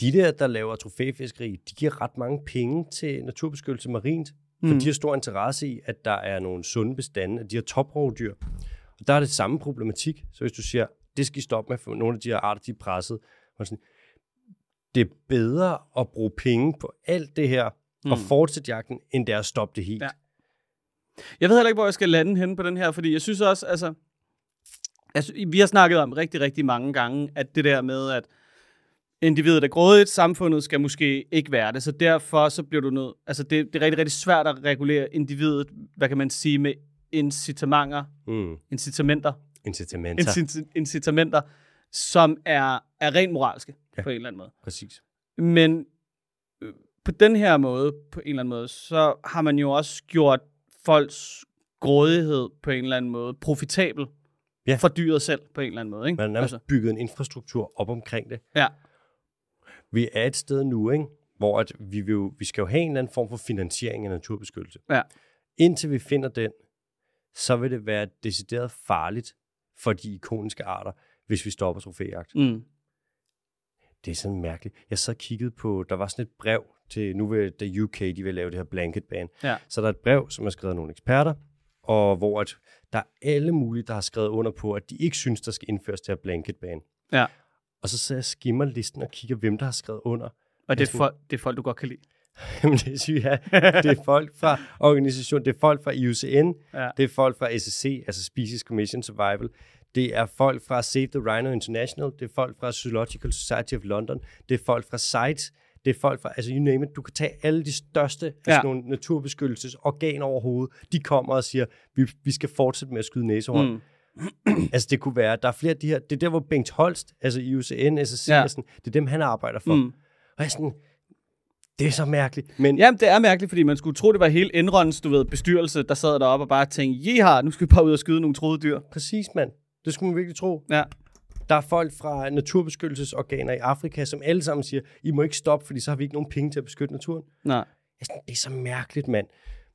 [SPEAKER 1] De der, der laver trofæfiskeri, de giver ret mange penge til naturbeskyttelse marint. For mm. de har stor interesse i, at der er nogle sunde bestande af de her toprovdyr. Og der er det samme problematik. Så hvis du siger, det skal I stoppe med, for nogle af de her arter, de er presset. Og sådan, det er bedre at bruge penge på alt det her, mm. og fortsætte jagten, end det er at stoppe det helt.
[SPEAKER 2] Ja. Jeg ved heller ikke, hvor jeg skal lande henne på den her, fordi jeg synes også, altså, altså, vi har snakket om rigtig, rigtig mange gange, at det der med, at individet er grådigt, samfundet skal måske ikke være det, så derfor så bliver du nødt, altså det, det er rigtig, rigtig svært at regulere individet, hvad kan man sige, med incitamenter,
[SPEAKER 1] Mm.
[SPEAKER 2] incitamenter,
[SPEAKER 1] Incitamenter.
[SPEAKER 2] incit- incitamenter, som er, er rent moralske ja. på en eller anden måde.
[SPEAKER 1] Præcis.
[SPEAKER 2] Men øh, på den her måde, på en eller anden måde, så har man jo også gjort folks grådighed på en eller anden måde profitabel
[SPEAKER 1] Ja.
[SPEAKER 2] ja. for dyret selv på en eller anden måde. Ikke?
[SPEAKER 1] Man har nærmest altså. bygget en infrastruktur op omkring det.
[SPEAKER 2] ja.
[SPEAKER 1] Vi er et sted nu, ikke? hvor at vi, vil jo, vi skal jo have en eller anden form for finansiering af naturbeskyttelse.
[SPEAKER 2] Ja.
[SPEAKER 1] Indtil vi finder den, så vil det være decideret farligt for de ikoniske arter, hvis vi stopper trofæjagt.
[SPEAKER 2] Mm.
[SPEAKER 1] Det er sådan mærkeligt. Jeg sad og kiggede på, der var sådan et brev til, nu vil der UK, de vil lave det her blanket ban.
[SPEAKER 2] Ja.
[SPEAKER 1] Så der er et brev, som er skrevet af nogle eksperter, og hvor at der er alle mulige, der har skrevet under på, at de ikke synes, der skal indføres det her blanket ban.
[SPEAKER 2] ja.
[SPEAKER 1] Og så sidder jeg og skimmer listen og kigger, hvem der har skrevet under.
[SPEAKER 2] Og det er, folk, det er folk, du godt kan lide.
[SPEAKER 1] [LAUGHS] Jamen, det er sygt, ja. Det er folk fra organisationen, det er folk fra IUCN,
[SPEAKER 2] Ja.
[SPEAKER 1] det er folk fra SSC, altså Species Commission Survival, det er folk fra Save the Rhino International, det er folk fra Zoological Society of London, det er folk fra CITES, det er folk fra, altså you name it, du kan tage alle de største af
[SPEAKER 2] Ja.
[SPEAKER 1] sådan nogle naturbeskyttelsesorganer overhovedet, de kommer og siger, vi, vi skal fortsætte med at skyde næsehorn. Mm. [CLEARS THROAT] Altså det kunne være, der er flere af de her, det er der, hvor Bengt Holst, altså IUCN, SSC,
[SPEAKER 2] Ja.
[SPEAKER 1] ja. sådan, det er dem, han arbejder for. Mm. Og jeg er sådan, det er så mærkeligt, men
[SPEAKER 2] Jamen, det er mærkeligt, fordi man skulle tro, det var hele Enrons, du ved, bestyrelse, der sad deroppe og bare tænkte, jeha, nu skal vi bare ud og skyde nogle troede dyr.
[SPEAKER 1] Præcis, mand. Det skulle man virkelig tro.
[SPEAKER 2] Ja.
[SPEAKER 1] Der er folk fra naturbeskyttelsesorganer i Afrika, som alle sammen siger, I må ikke stoppe, fordi så har vi ikke nogen penge til at beskytte naturen.
[SPEAKER 2] Nej.
[SPEAKER 1] Jeg er sådan, det er så mærkeligt, mand.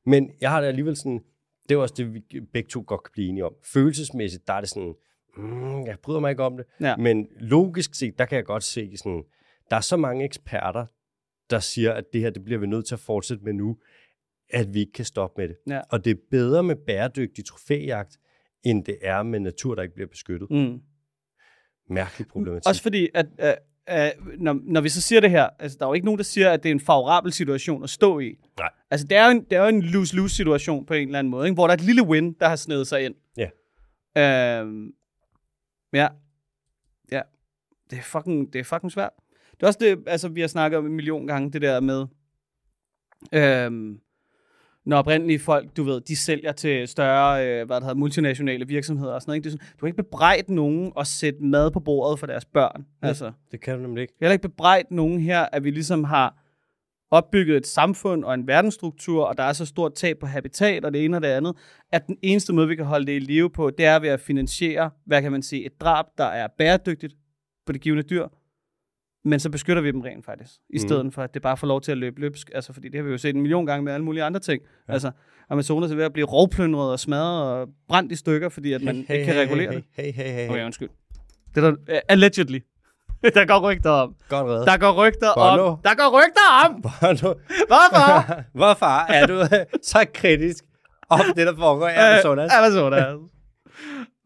[SPEAKER 1] Men jeg har det alligevel sådan, det er jo også det, vi begge to godt kan blive enige om. Følelsesmæssigt, der er det sådan, mm, jeg bryder mig ikke om det.
[SPEAKER 2] Ja.
[SPEAKER 1] Men logisk set, der kan jeg godt se sådan, der er så mange eksperter, der siger, at det her, det bliver vi nødt til at fortsætte med nu, at vi ikke kan stoppe med det.
[SPEAKER 2] Ja.
[SPEAKER 1] Og det er bedre med bæredygtig trofæjagt, end det er med natur, der ikke bliver beskyttet.
[SPEAKER 2] Mm.
[SPEAKER 1] Mærkelig problematik.
[SPEAKER 2] Også fordi, at øh, øh, når, når vi så siger det her, altså der er jo ikke nogen, der siger, at det er en favorabel situation at stå i.
[SPEAKER 1] Nej.
[SPEAKER 2] Altså det er jo en, det er jo en lose-lose situation på en eller anden måde, ikke? hvor der er et lille win, der har snedet sig ind.
[SPEAKER 1] Ja.
[SPEAKER 2] Øhm, ja. Ja. Det er, fucking, det er fucking svært. Det er også det, altså, vi har snakket om en million gange, det der med, øhm, når oprindelige folk, du ved, de sælger til større, øh, hvad det hedder, multinationale virksomheder og sådan noget. Ikke? Det er sådan, du kan ikke bebrejde nogen at sætte mad på bordet for deres børn.
[SPEAKER 1] Nej.
[SPEAKER 2] Altså.
[SPEAKER 1] Det kan du nemlig ikke.
[SPEAKER 2] Jeg kan heller ikke bebrejde nogen her, at vi ligesom har opbygget et samfund og en verdensstruktur, og der er så stort tab på habitat og det ene og det andet, at den eneste måde, vi kan holde det i live på, det er ved at finansiere, hvad kan man sige, et drab, der er bæredygtigt på det givende dyr, men så beskytter vi dem rent faktisk, i
[SPEAKER 1] Mhm.
[SPEAKER 2] stedet for, at det bare får lov til at løbe løbsk, altså fordi det har vi jo set en million gange med alle mulige andre ting. Ja. Altså, Amazonas er ved at blive rovplyndret og smadret og brændt i stykker, fordi at man hey, ikke kan
[SPEAKER 1] hey,
[SPEAKER 2] regulere
[SPEAKER 1] hey,
[SPEAKER 2] det.
[SPEAKER 1] Hey, hey, hey, hey.
[SPEAKER 2] Okay, undskyld. Det er der, allegedly. [LAUGHS] der går rygter om.
[SPEAKER 1] Godt reddet.
[SPEAKER 2] Der går rygter
[SPEAKER 1] Bono.
[SPEAKER 2] om. Der går rygter om.
[SPEAKER 1] Hvorfor? [LAUGHS]
[SPEAKER 2] Hvorfor?
[SPEAKER 1] Hvorfor er du øh, så kritisk om det, der foregår i Amazonas?
[SPEAKER 2] Øh, Amazonas.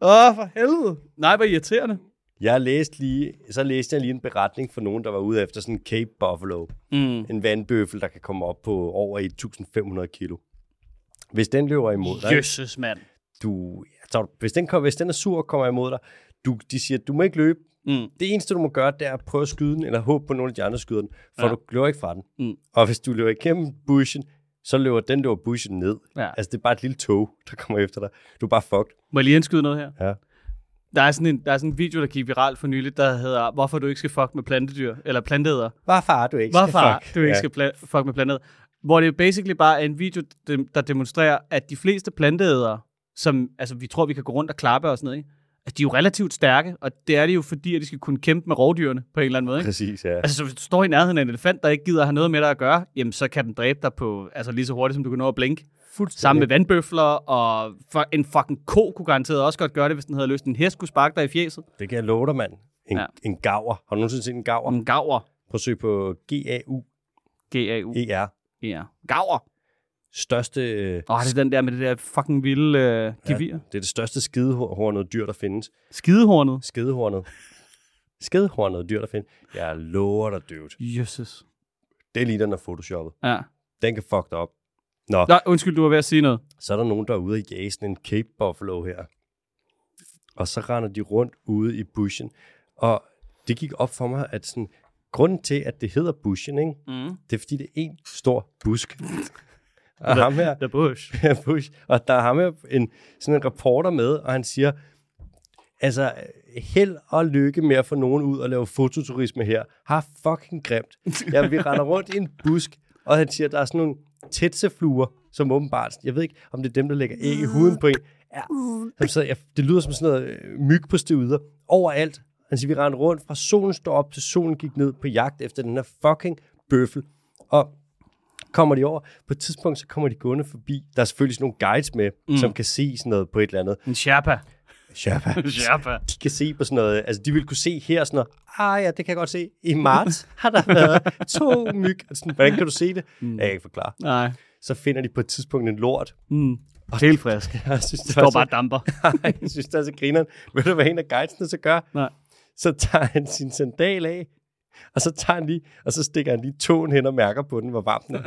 [SPEAKER 2] Åh, for helvede. Nej, hvor irriterende.
[SPEAKER 1] Jeg læste lige, så læste jeg lige en beretning fra nogen, der var ude efter sådan en Cape Buffalo.
[SPEAKER 2] Mm.
[SPEAKER 1] En vandbøffel, der kan komme op på over 1500 kilo. Hvis den løber imod dig,
[SPEAKER 2] Jøsses, mand.
[SPEAKER 1] du, jeg tror, hvis, den, kom- hvis den er sur og kommer imod dig, du, de siger, du må ikke løbe.
[SPEAKER 2] Mm.
[SPEAKER 1] Det eneste, du må gøre, det er at prøve at skyde den, eller håbe på, at nogle af de andre skyder den, for
[SPEAKER 2] Ja.
[SPEAKER 1] ja. du løber ikke fra den.
[SPEAKER 2] Mm.
[SPEAKER 1] Og hvis du løber igennem bushen, så løber den løber bushen ned.
[SPEAKER 2] Ja.
[SPEAKER 1] Altså, det er bare et lille tog, der kommer efter dig. Du er bare fucked.
[SPEAKER 2] Må jeg lige indskyde noget her?
[SPEAKER 1] Ja.
[SPEAKER 2] Der er, sådan en, der er sådan en video, der gik viralt for nyligt, der hedder, hvorfor du ikke skal fuck med plantedyr, eller planteæder.
[SPEAKER 1] Hvorfor er du ikke
[SPEAKER 2] Hvorfor
[SPEAKER 1] fuck?
[SPEAKER 2] du ikke
[SPEAKER 1] ja.
[SPEAKER 2] skal pla- fuck med planteæder. Hvor det basically bare er en video, dem- der demonstrerer, at de fleste planteædere, som altså, vi tror, vi kan gå rundt og klappe og sådan noget, ikke? at de er jo relativt stærke, og det er de jo, fordi at de skal kunne kæmpe med rovdyrene på en eller anden måde. Ikke?
[SPEAKER 1] Præcis, ja.
[SPEAKER 2] Altså, så hvis du står i nærheden af en elefant, der ikke gider have noget med dig at gøre, jamen, så kan den dræbe dig på, altså lige så hurtigt, som du kan nå at blinke.
[SPEAKER 1] Fuldstændig.
[SPEAKER 2] Sammen med vandbøfler, og for, en fucking ko kunne garanteret også godt gøre det, hvis den havde lyst. En hest kunne sparke dig i fjeset.
[SPEAKER 1] Det kan jeg love dig, mand. En,
[SPEAKER 2] Ja.
[SPEAKER 1] ja. en gaver. Har du nogensinde set en gaver?
[SPEAKER 2] Og
[SPEAKER 1] Mm.
[SPEAKER 2] en gaver.
[SPEAKER 1] Prøv at søge på G-A-U-E-R.
[SPEAKER 2] G-A-U. Ja. Gaver.
[SPEAKER 1] E største... Øh,
[SPEAKER 2] Åh, oh, det er den der med det der fucking vilde øh, gevir. Ja.
[SPEAKER 1] det er det største skidehornede dyr, der findes.
[SPEAKER 2] Skidehornet.
[SPEAKER 1] Skidehornet. Skidehornede dyr, der findes. Jeg lover dig, dude.
[SPEAKER 2] Jesus.
[SPEAKER 1] Det ligner, den er photoshoppet.
[SPEAKER 2] Ja.
[SPEAKER 1] Den kan fuck dig op.
[SPEAKER 2] Nå, undskyld, du var ved at sige noget.
[SPEAKER 1] Så er der nogen, der er ude og jage sådan en Cape Buffalo her. Og så render de rundt ude i bushen. Og det gik op for mig, at sådan, grunden til, at det hedder bushen, ikke?
[SPEAKER 2] Mm.
[SPEAKER 1] det er fordi, det er en stor busk. og ham her,
[SPEAKER 2] The Bush.
[SPEAKER 1] Bush, og der er ham her en, sådan en reporter med, og han siger, altså, held og lykke med at få nogen ud og lave fototurisme her, har fucking grimt. Ja, vi render rundt i en busk, og han siger, der er sådan nogle tetsefluer, som åbenbart, jeg ved ikke, om det er dem, der lægger æg i huden på en. Ja. Han siger, ja, det lyder som sådan noget øh, myg på støder. Overalt. Han siger, vi rendte rundt fra solen står op til solen gik ned på jagt efter den her fucking bøffel. Og kommer de over. På et tidspunkt, så kommer de gående forbi. Der er selvfølgelig sådan nogle guides med, mm. som kan se sådan noget på et eller andet.
[SPEAKER 2] En Sherpa.
[SPEAKER 1] Sherpa.
[SPEAKER 2] Sherpa.
[SPEAKER 1] [LAUGHS] De kan se på sådan noget, altså de vil kunne se her sådan noget, ah ja, det kan jeg godt se. I marts har der været to myg. Altså, Sådan, Hvordan kan du se det? Mm. Jeg kan ikke forklare.
[SPEAKER 2] Nej.
[SPEAKER 1] Så finder de på et tidspunkt en lort. [LAUGHS]
[SPEAKER 2] Mm. Helt frisk.
[SPEAKER 1] Jeg synes, det var
[SPEAKER 2] Står
[SPEAKER 1] så-
[SPEAKER 2] bare og
[SPEAKER 1] [LAUGHS]
[SPEAKER 2] damper.
[SPEAKER 1] Ej, jeg synes, det er så grineren. Ved du, hvad en af guidesene så gør?
[SPEAKER 2] Nej.
[SPEAKER 1] Så tager han sin sandal af, og så tager han lige, og så stikker han lige tåen hen og mærker på den, hvor varm den er.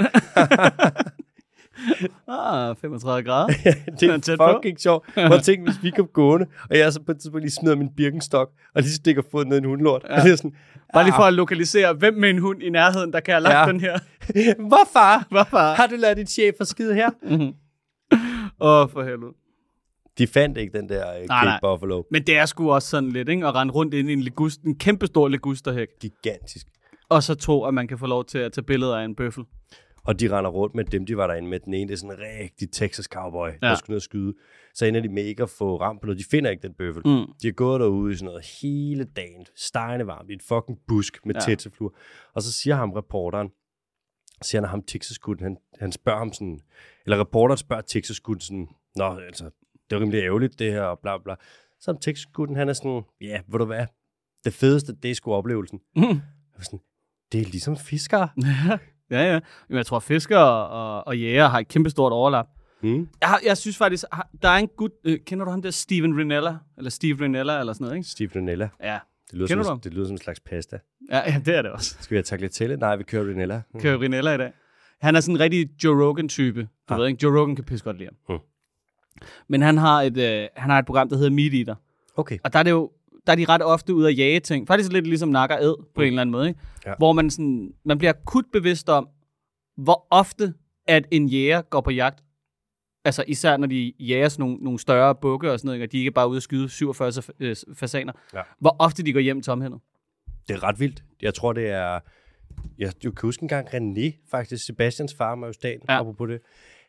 [SPEAKER 2] Ah, 35 [LAUGHS] grader.
[SPEAKER 1] Det
[SPEAKER 2] er tæt
[SPEAKER 1] er
[SPEAKER 2] på.
[SPEAKER 1] fucking
[SPEAKER 2] [LAUGHS]
[SPEAKER 1] sjovt. Prøv at tænke, hvis vi kom gående, og jeg så på et tidspunkt lige smider min birkenstok, og lige stikker foden ned i en hundelort. Ja. Og det er sådan,
[SPEAKER 2] Bare lige for at lokalisere, hvem med en hund i nærheden, der kan have lagt
[SPEAKER 1] Ja.
[SPEAKER 2] den her.
[SPEAKER 1] hvorfor?
[SPEAKER 2] Hvorfor? Mm.
[SPEAKER 1] Har du lavet din chef for skide her?
[SPEAKER 2] Åh, oh, for helvede.
[SPEAKER 1] De fandt ikke den der uh,
[SPEAKER 2] Nej,
[SPEAKER 1] Cape
[SPEAKER 2] nej.
[SPEAKER 1] Buffalo.
[SPEAKER 2] Men det er sgu også sådan lidt, ikke? At rende rundt ind i en, legust, en kæmpe stor legusterhæk.
[SPEAKER 1] Gigantisk.
[SPEAKER 2] Og så tro, at man kan få lov til at tage billeder af en bøffel.
[SPEAKER 1] Og de render rundt med dem, de var derinde med. Den ene, det er sådan en rigtig Texas cowboy, ja.
[SPEAKER 2] Ja.
[SPEAKER 1] der skulle ned og skyde. Så ender de med ikke at få ramt på noget. De finder ikke den bøffel. Mm. De har gået derude i sådan noget hele dagen. Stegende varmt i et fucking busk med ja. tætsefluer. Og så siger ham reporteren, siger han, ham texas han, han spørger ham sådan, eller reporteren spørger texas sådan, nå, altså, det er rimelig ærgerligt det her, og bla bla. Så ham texas han er sådan, ja, yeah, ved du hvad, det fedeste, det er sgu oplevelsen. Mm. Jeg var sådan, det er ligesom fiskere.
[SPEAKER 2] [LAUGHS] Ja, ja. Jamen, jeg tror, fiskere og, og jæger har et kæmpestort overlap.
[SPEAKER 1] Mm.
[SPEAKER 2] Jeg, har- jeg synes faktisk, har- der er en gut, øh, kender du ham der, Steven Rinella? Eller Steve Rinella, eller sådan noget, ikke?
[SPEAKER 1] Steve Donella.
[SPEAKER 2] Ja.
[SPEAKER 1] Det lyder,
[SPEAKER 2] Kender
[SPEAKER 1] som,
[SPEAKER 2] du
[SPEAKER 1] en-
[SPEAKER 2] ham?
[SPEAKER 1] det lyder som en slags pasta.
[SPEAKER 2] Ja, ja det er det også.
[SPEAKER 1] Skal vi have tagliatelle? Nej, vi kører Renella. Mm.
[SPEAKER 2] kører Rinella i dag. Han er sådan en rigtig Joe Rogan-type. Du ah. ved ikke, Joe Rogan kan pisse godt lide ham.
[SPEAKER 1] Mm.
[SPEAKER 2] Men han har, et, øh, han har et program, der hedder Meat Eater.
[SPEAKER 1] Okay.
[SPEAKER 2] Og der er, det jo, der er de ret ofte ude at jage ting. Faktisk lidt ligesom nakker ed på en eller anden måde. Ikke?
[SPEAKER 1] Ja.
[SPEAKER 2] Hvor man, sådan, man bliver akut bevidst om, hvor ofte at en jæger går på jagt. Altså især når de jager sådan nogle, nogle større bukke og sådan noget, ikke? og de ikke bare er ude at skyde 47 sa- øh, fasaner.
[SPEAKER 1] Ja.
[SPEAKER 2] Hvor ofte de går hjem tomhændet.
[SPEAKER 1] Det er ret vildt. Jeg tror, det er... Jeg du kan huske engang René, faktisk. Sebastians far, Majestad, ja.
[SPEAKER 2] Ja.
[SPEAKER 1] apropos det.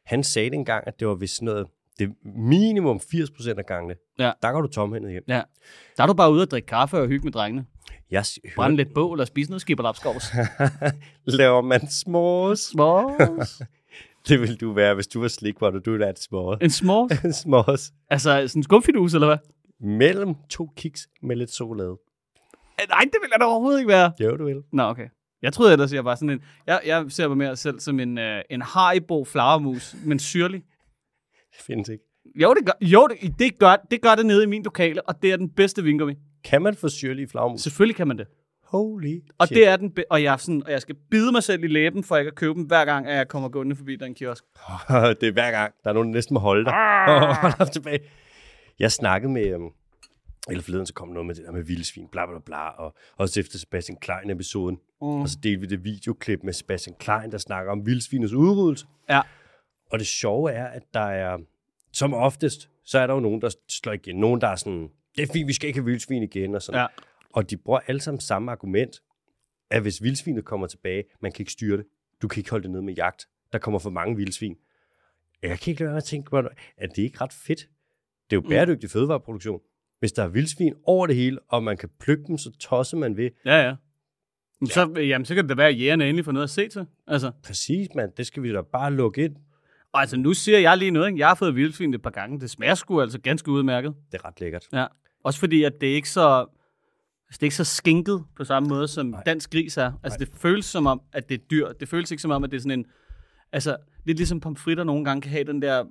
[SPEAKER 1] Han sagde det engang, at det var vist sådan noget... Det er minimum 80% af gangene.
[SPEAKER 2] Ja.
[SPEAKER 1] Der går du tomhændet hjem.
[SPEAKER 2] Ja. Der er du bare ude at drikke kaffe og hygge med drengene.
[SPEAKER 1] Jeg s-
[SPEAKER 2] Brænde
[SPEAKER 1] hørte,
[SPEAKER 2] lidt bål og spise noget [LAUGHS] skibberlapskovs.
[SPEAKER 1] [LAUGHS] laver man smås?
[SPEAKER 2] Smås.
[SPEAKER 1] Det ville du være, hvis du var slikbotter. Du ville have et [LAUGHS] smås.
[SPEAKER 2] en smås?
[SPEAKER 1] smås.
[SPEAKER 2] Altså sådan en skumfidus, eller hvad?
[SPEAKER 1] Mellem to kiks med lidt solade.
[SPEAKER 2] Øh, Nej, det vil jeg da overhovedet ikke være.
[SPEAKER 1] Jo, du vil.
[SPEAKER 2] Nå, okay. Jeg troede ellers, jeg var sådan en... Jeg, jeg ser mig mere selv som en, øh, en Haribo flagermus, men syrlig.
[SPEAKER 1] Det findes ikke.
[SPEAKER 2] Jo, det gør, jo det, det, gør, det gør det nede i min lokale, og det er den bedste vinkermi.
[SPEAKER 1] Kan man få syrlige flagmus?
[SPEAKER 2] Selvfølgelig kan man det.
[SPEAKER 1] Holy
[SPEAKER 2] Og
[SPEAKER 1] shit.
[SPEAKER 2] det er den be- og jeg, er sådan, og jeg skal bide mig selv i læben, for ikke at købe dem, hver gang, at jeg kommer gående forbi den kiosk.
[SPEAKER 1] [LAUGHS] det er hver gang. Der er nogen, der næsten må holde dig.
[SPEAKER 2] Ah.
[SPEAKER 1] [LAUGHS] Hold op tilbage. Jeg snakkede med... øhm, Eller forleden, så kom noget med det der med vildsvin, bla bla bla, og også efter Sebastian Klein-episoden. Mm. Og så delte vi det videoklip med Sebastian Klein, der snakker om vildsvinets udryddelse.
[SPEAKER 2] Ja.
[SPEAKER 1] Og det sjove er, at der er, som oftest, så er der jo nogen, der slår igen. Nogen, der er sådan, det er fint, vi skal ikke have vildsvin igen, og sådan.
[SPEAKER 2] Ja.
[SPEAKER 1] Og de bruger alle sammen samme argument, at hvis vildsvinet kommer tilbage, man kan ikke styre det. Du kan ikke holde det ned med jagt. Der kommer for mange vildsvin. Jeg kan ikke lade være med at tænke på, at det ikke ret fedt. Det er jo bæredygtig fødevareproduktion. Hvis der er vildsvin over det hele, og man kan plukke dem, så tosser man ved.
[SPEAKER 2] Ja, ja. Men Så, jamen, så kan det være, at jægerne endelig får noget at se til. Altså,
[SPEAKER 1] Præcis, mand. Det skal vi da bare lukke ind.
[SPEAKER 2] og altså, nu siger jeg lige noget. Ikke? Jeg har fået vildsvin et par gange. Det smager sgu altså ganske udmærket.
[SPEAKER 1] Det er ret lækkert.
[SPEAKER 2] Ja. Også fordi, at det er ikke så, altså, det er ikke så skinket på samme måde, som dansk gris er. Altså, det føles som om, at det er dyr. Det føles ikke som om, at det er sådan en... Altså, lidt ligesom pomfritter nogle gange kan have den der,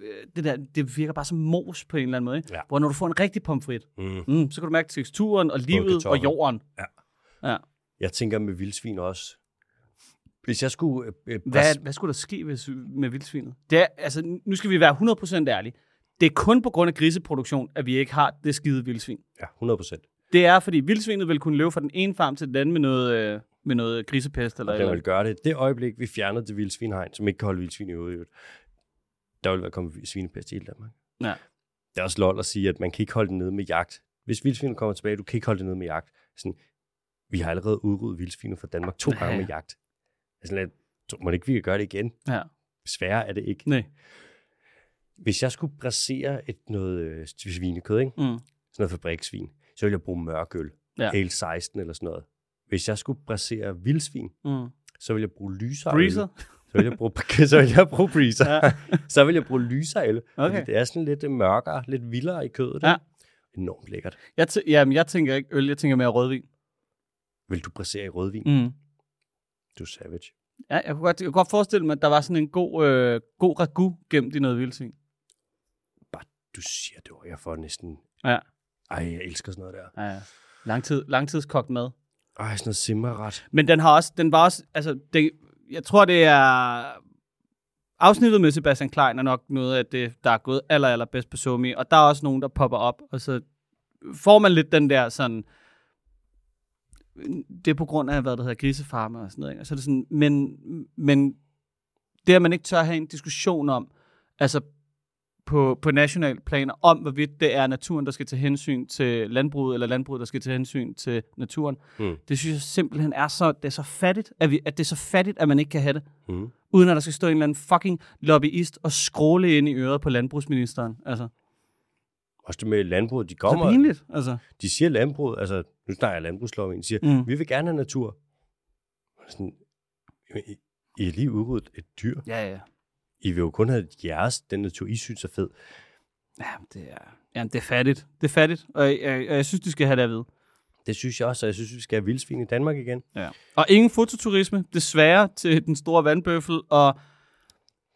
[SPEAKER 2] øh, det der, det virker bare som mos på en eller anden måde. Ikke?
[SPEAKER 1] Ja.
[SPEAKER 2] Hvor når du får en rigtig pomfrit,
[SPEAKER 1] Mm.
[SPEAKER 2] mm, så kan du mærke teksturen og livet og
[SPEAKER 1] kartoflen.
[SPEAKER 2] jorden.
[SPEAKER 1] Jeg tænker med vildsvin også. Hvis jeg skulle... Øh, øh,
[SPEAKER 2] Hvad,
[SPEAKER 1] pres-
[SPEAKER 2] hvad skulle der ske hvis, med vildsvinet? Det er, altså, nu skal vi være 100% ærlige. Det er kun på grund af griseproduktion, at vi ikke har det skide vildsvin.
[SPEAKER 1] Ja, 100 procent.
[SPEAKER 2] Det er, fordi vildsvinet vil kunne leve fra den ene farm til den anden med noget, øh, med noget grisepest eller,
[SPEAKER 1] Og
[SPEAKER 2] eller
[SPEAKER 1] der vil gøre det. Det øjeblik, vi fjernede det vilde svinhegn, som ikke kan holde vildsvin i øvrigt, i øvrigt, der vil være kommet svinepest i hele Danmark.
[SPEAKER 2] Ja.
[SPEAKER 1] Det er også lol at sige, at man kan ikke holde det nede med jagt. Hvis vildsvinet kommer tilbage, du kan ikke holde det nede med jagt. Sådan, vi har allerede udryddet vildsvinet fra Danmark to
[SPEAKER 2] Ja,
[SPEAKER 1] gange
[SPEAKER 2] ja.
[SPEAKER 1] med jagt. Altså, lidt, tror man ikke, vi kan gøre det igen?
[SPEAKER 2] Ja.
[SPEAKER 1] Sværere er det ikke.
[SPEAKER 2] Nej.
[SPEAKER 1] Hvis jeg skulle brasere et noget øh, svinekød, ikke?
[SPEAKER 2] Mm.
[SPEAKER 1] sådan noget fabriksvin, så ville jeg bruge mørkøl.
[SPEAKER 2] Ja.
[SPEAKER 1] Ja. 16 eller sådan noget. Hvis jeg skulle brasere vildsvin,
[SPEAKER 2] Mm.
[SPEAKER 1] så ville jeg bruge lyser. [LAUGHS]
[SPEAKER 2] Breezer?
[SPEAKER 1] Så vil jeg bruge, [LAUGHS] så vil jeg bruge breezer.
[SPEAKER 2] Ja.
[SPEAKER 1] Ja. så vil jeg bruge lysøjle. Okay.
[SPEAKER 2] Okay.
[SPEAKER 1] Fordi det er sådan lidt øh, mørkere, lidt vildere i kødet.
[SPEAKER 2] Ja.
[SPEAKER 1] ikke? Enormt lækkert.
[SPEAKER 2] Jeg, tæ- jamen, jeg tænker ikke øl, jeg tænker mere rødvin.
[SPEAKER 1] Vil du brassere i rødvin? Mm.
[SPEAKER 2] Mm.
[SPEAKER 1] Du er savage.
[SPEAKER 2] Ja, jeg kunne, godt, jeg kunne godt forestille mig, at der var sådan en god, øh, god ragu gemt i noget vildsvin.
[SPEAKER 1] Du siger det, og jeg får næsten...
[SPEAKER 2] Ja.
[SPEAKER 1] Ej, jeg elsker sådan noget der.
[SPEAKER 2] Ja, ja. Langtid, langtidskogt mad.
[SPEAKER 1] Ej, sådan noget simmerret.
[SPEAKER 2] Men den har også, den var også, altså, det, jeg tror, det er... Afsnittet med Sebastian Klein er nok noget af det, der er gået aller, aller bedst på Somi, og der er også nogen, der popper op, og så får man lidt den der sådan, det er på grund af, hvad der hedder grisefarme og sådan noget, ikke? og så er det sådan, men, men det, at man ikke tør have en diskussion om, altså på, på national planer, om hvorvidt det er naturen, der skal tage hensyn til landbruget, eller landbruget, der skal tage hensyn til naturen,
[SPEAKER 1] Mm.
[SPEAKER 2] det synes jeg simpelthen er så, det er så fattigt, at, vi, at det er så fattigt, at man ikke kan have det,
[SPEAKER 1] Mm.
[SPEAKER 2] uden at der skal stå en eller anden fucking lobbyist og skråle ind i øret på landbrugsministeren. Altså,
[SPEAKER 1] Også det med landbruget. De
[SPEAKER 2] så
[SPEAKER 1] kommer,
[SPEAKER 2] pinligt. Altså.
[SPEAKER 1] de siger landbruget, altså nu snakker jeg landbrugsloven, de siger,
[SPEAKER 2] Mm.
[SPEAKER 1] vi vil gerne have natur. Og Sådan, "Jamen, I, I har lige udryddet et dyr.
[SPEAKER 2] Ja, ja.
[SPEAKER 1] I vil jo kun have jeres, den natur, I synes er fed.
[SPEAKER 2] Jamen, det er, jamen, det er fattigt. Det er fattigt, og jeg, jeg, jeg synes, de skal have det at vide.
[SPEAKER 1] Det synes jeg også, og jeg synes, vi skal have vildsvin i Danmark igen.
[SPEAKER 2] Ja. Og ingen fototurisme, desværre, til den store vandbøffel og,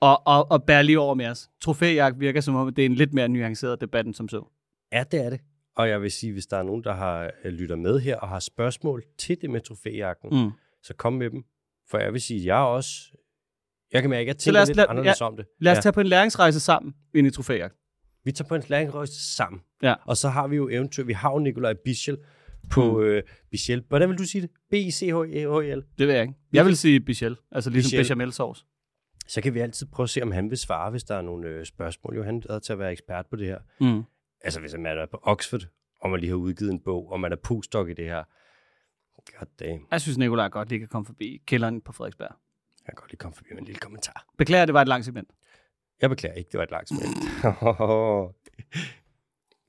[SPEAKER 2] og, og, og bær lige over med os. Trofæjagt virker som om, at det er en lidt mere nuanceret debat, end som så.
[SPEAKER 1] Ja, det er det. Og jeg vil sige, hvis der er nogen, der har øh, lytter med her og har spørgsmål til det med trofæjagten, mm.
[SPEAKER 2] Mm.
[SPEAKER 1] så kom med dem. For jeg vil sige, jeg er også... Jeg kan mærke, at jeg
[SPEAKER 2] lad
[SPEAKER 1] tænker
[SPEAKER 2] os
[SPEAKER 1] lidt
[SPEAKER 2] lad-
[SPEAKER 1] anderledes om det.
[SPEAKER 2] Lad os
[SPEAKER 1] ja.
[SPEAKER 2] tage på en læringsrejse sammen ind i trofæjagt.
[SPEAKER 1] Vi tager på en slaggrøst sammen.
[SPEAKER 2] Ja.
[SPEAKER 1] Og så har vi jo eventyr. Vi har jo Nikolaj Bichel på mm. øh, Bichel. Hvordan vil du sige det? B-I-C-H-E-H-E-L.
[SPEAKER 2] Det vil jeg ikke. Jeg vil sige Bichel, altså ligesom
[SPEAKER 1] Bichel.
[SPEAKER 2] bechamelsauce.
[SPEAKER 1] Så kan vi altid prøve at se, om han vil svare, hvis der er nogle øh, spørgsmål. Jo, han er til at være ekspert på det her.
[SPEAKER 2] Mm.
[SPEAKER 1] Altså, hvis man er på Oxford, og man lige har udgivet en bog, og man er postdoc i det her. God damn.
[SPEAKER 2] Jeg synes, Nikolaj godt lige kan komme forbi kælderen på Frederiksberg.
[SPEAKER 1] Jeg kan godt lige komme forbi med en lille kommentar.
[SPEAKER 2] Beklager, det var et langt segment. [LAUGHS]
[SPEAKER 1] Jeg beklager ikke, det var et langt smæk. [LAUGHS]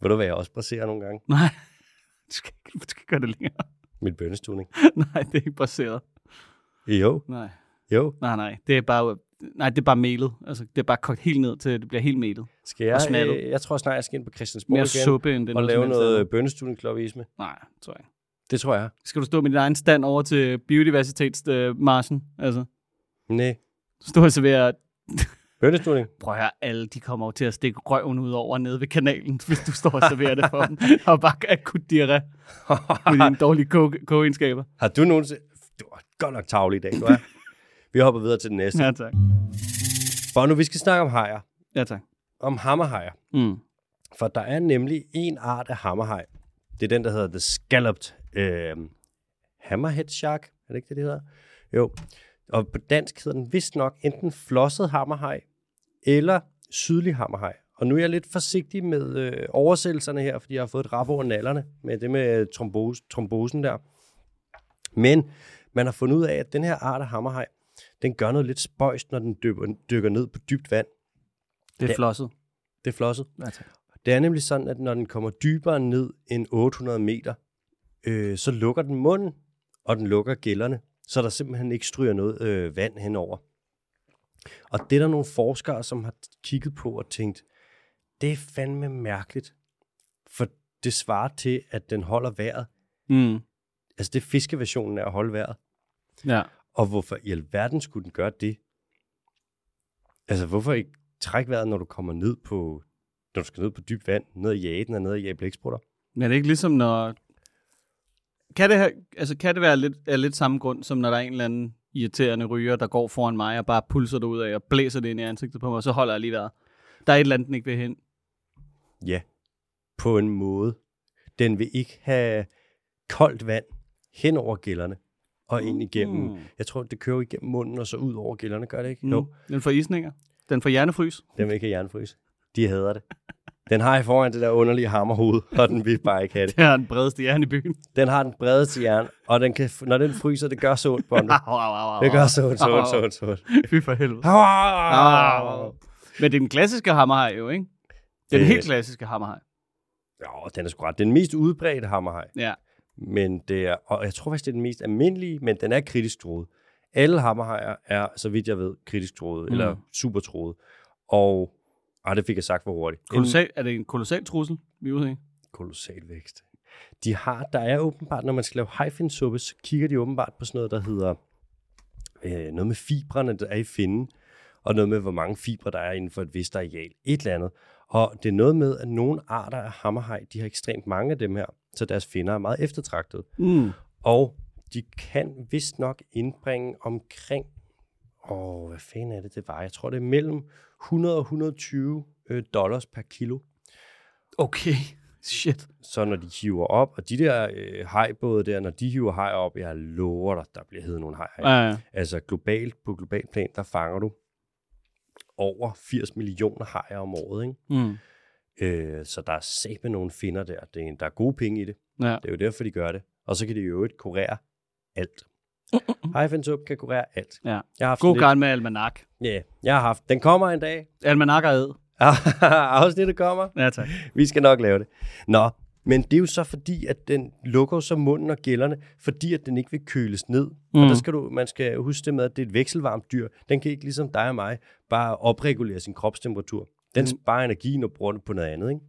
[SPEAKER 1] Ved du, hvad jeg også braserer nogle gange?
[SPEAKER 2] Nej, du skal ikke, du skal ikke gøre det længere. [LAUGHS]
[SPEAKER 1] Mit bønnestuning.
[SPEAKER 2] nej, det er ikke baseret.
[SPEAKER 1] Jo,
[SPEAKER 2] Nej,
[SPEAKER 1] jo.
[SPEAKER 2] nej, nej. Det er bare, nej, det er bare melet. Altså, det er bare kogt helt ned til, det bliver helt melet.
[SPEAKER 1] Skal jeg,
[SPEAKER 2] smattet.
[SPEAKER 1] øh, jeg tror snart, jeg skal ind på Christiansborg
[SPEAKER 2] Mere
[SPEAKER 1] igen
[SPEAKER 2] suppe end den.
[SPEAKER 1] og lave noget øh, bønnestuning
[SPEAKER 2] Nej, tror jeg ikke.
[SPEAKER 1] Det tror jeg.
[SPEAKER 2] Skal du stå med din egen stand over til biodiversitetsmarsen? Altså,
[SPEAKER 1] Nej.
[SPEAKER 2] stå og servere
[SPEAKER 1] Bønnestuning.
[SPEAKER 2] prøv at høre, alle de kommer over til at stikke røven ud over nede ved kanalen, [LAUGHS] hvis du står og serverer det
[SPEAKER 1] [LAUGHS]
[SPEAKER 2] for dem. Og bare akut diarré med dine dårlige ko- koegenskaber.
[SPEAKER 1] har du nogensinde... Du var godt nok tavlig i dag, du er. Vi hopper videre til den næste.
[SPEAKER 2] Ja, tak.
[SPEAKER 1] For nu, vi skal snakke om hajer.
[SPEAKER 2] Ja, tak.
[SPEAKER 1] Om hammerhajer.
[SPEAKER 2] Mm.
[SPEAKER 1] For der er nemlig en art af hammerhaj. Det er den, der hedder The Scalloped øh, Hammerhead Shark. Er det ikke det, det hedder? Jo. Og på dansk hedder den vist nok enten flosset hammerhaj eller sydlig hammerhaj. Og nu er jeg lidt forsigtig med øh, oversættelserne her, fordi jeg har fået et rap over nallerne med det med øh, trombose, trombosen der. Men man har fundet ud af, at den her art af hammerhaj, den gør noget lidt spøjst, når den dykker, dykker ned på dybt vand.
[SPEAKER 2] Det er flosset.
[SPEAKER 1] Det er flosset.
[SPEAKER 2] Ja, tak.
[SPEAKER 1] Det er nemlig sådan, at når den kommer dybere ned end 800 meter, øh, så lukker den munden, og den lukker gælderne, så der simpelthen ikke stryger noget øh, vand henover. Og det er der nogle forskere, som har kigget på og tænkt, det er fandme mærkeligt, for det svarer til, at den holder vejret.
[SPEAKER 2] Mm.
[SPEAKER 1] Altså det er fiskeversionen af at holde vejret.
[SPEAKER 2] Ja.
[SPEAKER 1] Og hvorfor i alverden skulle den gøre det? Altså, hvorfor ikke trække vejret, når du kommer ned på, når du skal ned på dybt vand, ned ad jaden og ned ad jæblæksprutter?
[SPEAKER 2] Men er det ikke ligesom, når... Kan det, have, altså, kan det være lidt, af lidt samme grund, som når der er en eller anden irriterende ryger, der går foran mig og bare pulser det ud af og blæser det ind i ansigtet på mig, og så holder jeg lige vejret. Der er et eller andet, den ikke vil hen.
[SPEAKER 1] Ja, på en måde. Den vil ikke have koldt vand hen over gælderne og ind igennem.
[SPEAKER 2] Mm.
[SPEAKER 1] Jeg tror, det kører igennem munden og så ud over gælderne, gør det ikke?
[SPEAKER 2] Mm. Den får isninger. Den får [LAUGHS] hjernefrys.
[SPEAKER 1] Den vil ikke have jernfrys. De hader det. Den har i foran det der underlige hammerhoved, og den vil bare ikke have det.
[SPEAKER 2] Det er den bredeste hjerne i byen.
[SPEAKER 1] Den har den bredeste jern, og den kan, når den fryser, det gør så ondt på den.
[SPEAKER 2] Au, au, au, au.
[SPEAKER 1] Det gør så ondt, så ondt, så ondt, så ondt.
[SPEAKER 2] Fy for helvede.
[SPEAKER 1] Au, au, au, au.
[SPEAKER 2] Men det er den klassiske hammerhaj jo, ikke? Det er den
[SPEAKER 1] Øh.
[SPEAKER 2] helt klassiske hammerhaj.
[SPEAKER 1] Jo, den er sgu ret. Den mest udbredte hammerhaj.
[SPEAKER 2] Ja.
[SPEAKER 1] Men det er, og jeg tror faktisk, det er den mest almindelige, men den er kritisk troet. Alle hammerhajer er, så vidt jeg ved, kritisk troet, mm. eller super troet. Og, ah, det fik jeg sagt for hurtigt. En
[SPEAKER 2] Kolossal, er det en kolossal trussel, vi er ude i?
[SPEAKER 1] kolossal vækst. De har, der er åbenbart, når man skal lave hajfinsuppe, så kigger de åbenbart på sådan noget, der hedder øh, noget med fibrene, der er i finnen, og noget med, hvor mange fibre der er inden for et vist areal, et eller andet. Og det er noget med, at nogle arter af hammerhaj, de har ekstremt mange af dem her, så deres finner er meget eftertragtet.
[SPEAKER 2] Mm.
[SPEAKER 1] Og de kan vist nok indbringe omkring, åh, hvad fanden er det, det var? Jeg tror, det er mellem 100 og 120 øh, dollars per kilo.
[SPEAKER 2] Okay. Shit.
[SPEAKER 1] Så når de hiver op, og de der øh, hajbåde der, når de hiver haj op, jeg lover dig, der bliver heddet nogle hajer. Ja.
[SPEAKER 2] Ja, ja.
[SPEAKER 1] Altså globalt, på global plan, der fanger du over 80 millioner hajer om året. Ikke?
[SPEAKER 2] Mm.
[SPEAKER 1] Øh, så der er sæt med nogle finder der. Det er, der er gode penge i det.
[SPEAKER 2] ja.
[SPEAKER 1] Det er jo derfor, de gør det. Og så kan de i øvrigt kurere alt. Hajfensup kan kurere alt.
[SPEAKER 2] Ja.
[SPEAKER 1] Jeg har haft
[SPEAKER 2] God
[SPEAKER 1] lidt-
[SPEAKER 2] gang med almanak.
[SPEAKER 1] Ja, jeg har haft. Den kommer en dag. [LAUGHS]
[SPEAKER 2] Almanak er æd.
[SPEAKER 1] Afsnittet kommer.
[SPEAKER 2] Ja, tak.
[SPEAKER 1] Vi skal nok lave det. Nå, men det er jo så fordi, at den lukker jo så munden og gælderne, fordi at den ikke vil køles ned. Mm. Og
[SPEAKER 2] Mm.
[SPEAKER 1] der skal du, man skal huske det med, at det er et vekselvarmt dyr. Den kan ikke ligesom dig og mig bare opregulere sin kropstemperatur. Den sparer energien og bruger den på noget andet, ikke?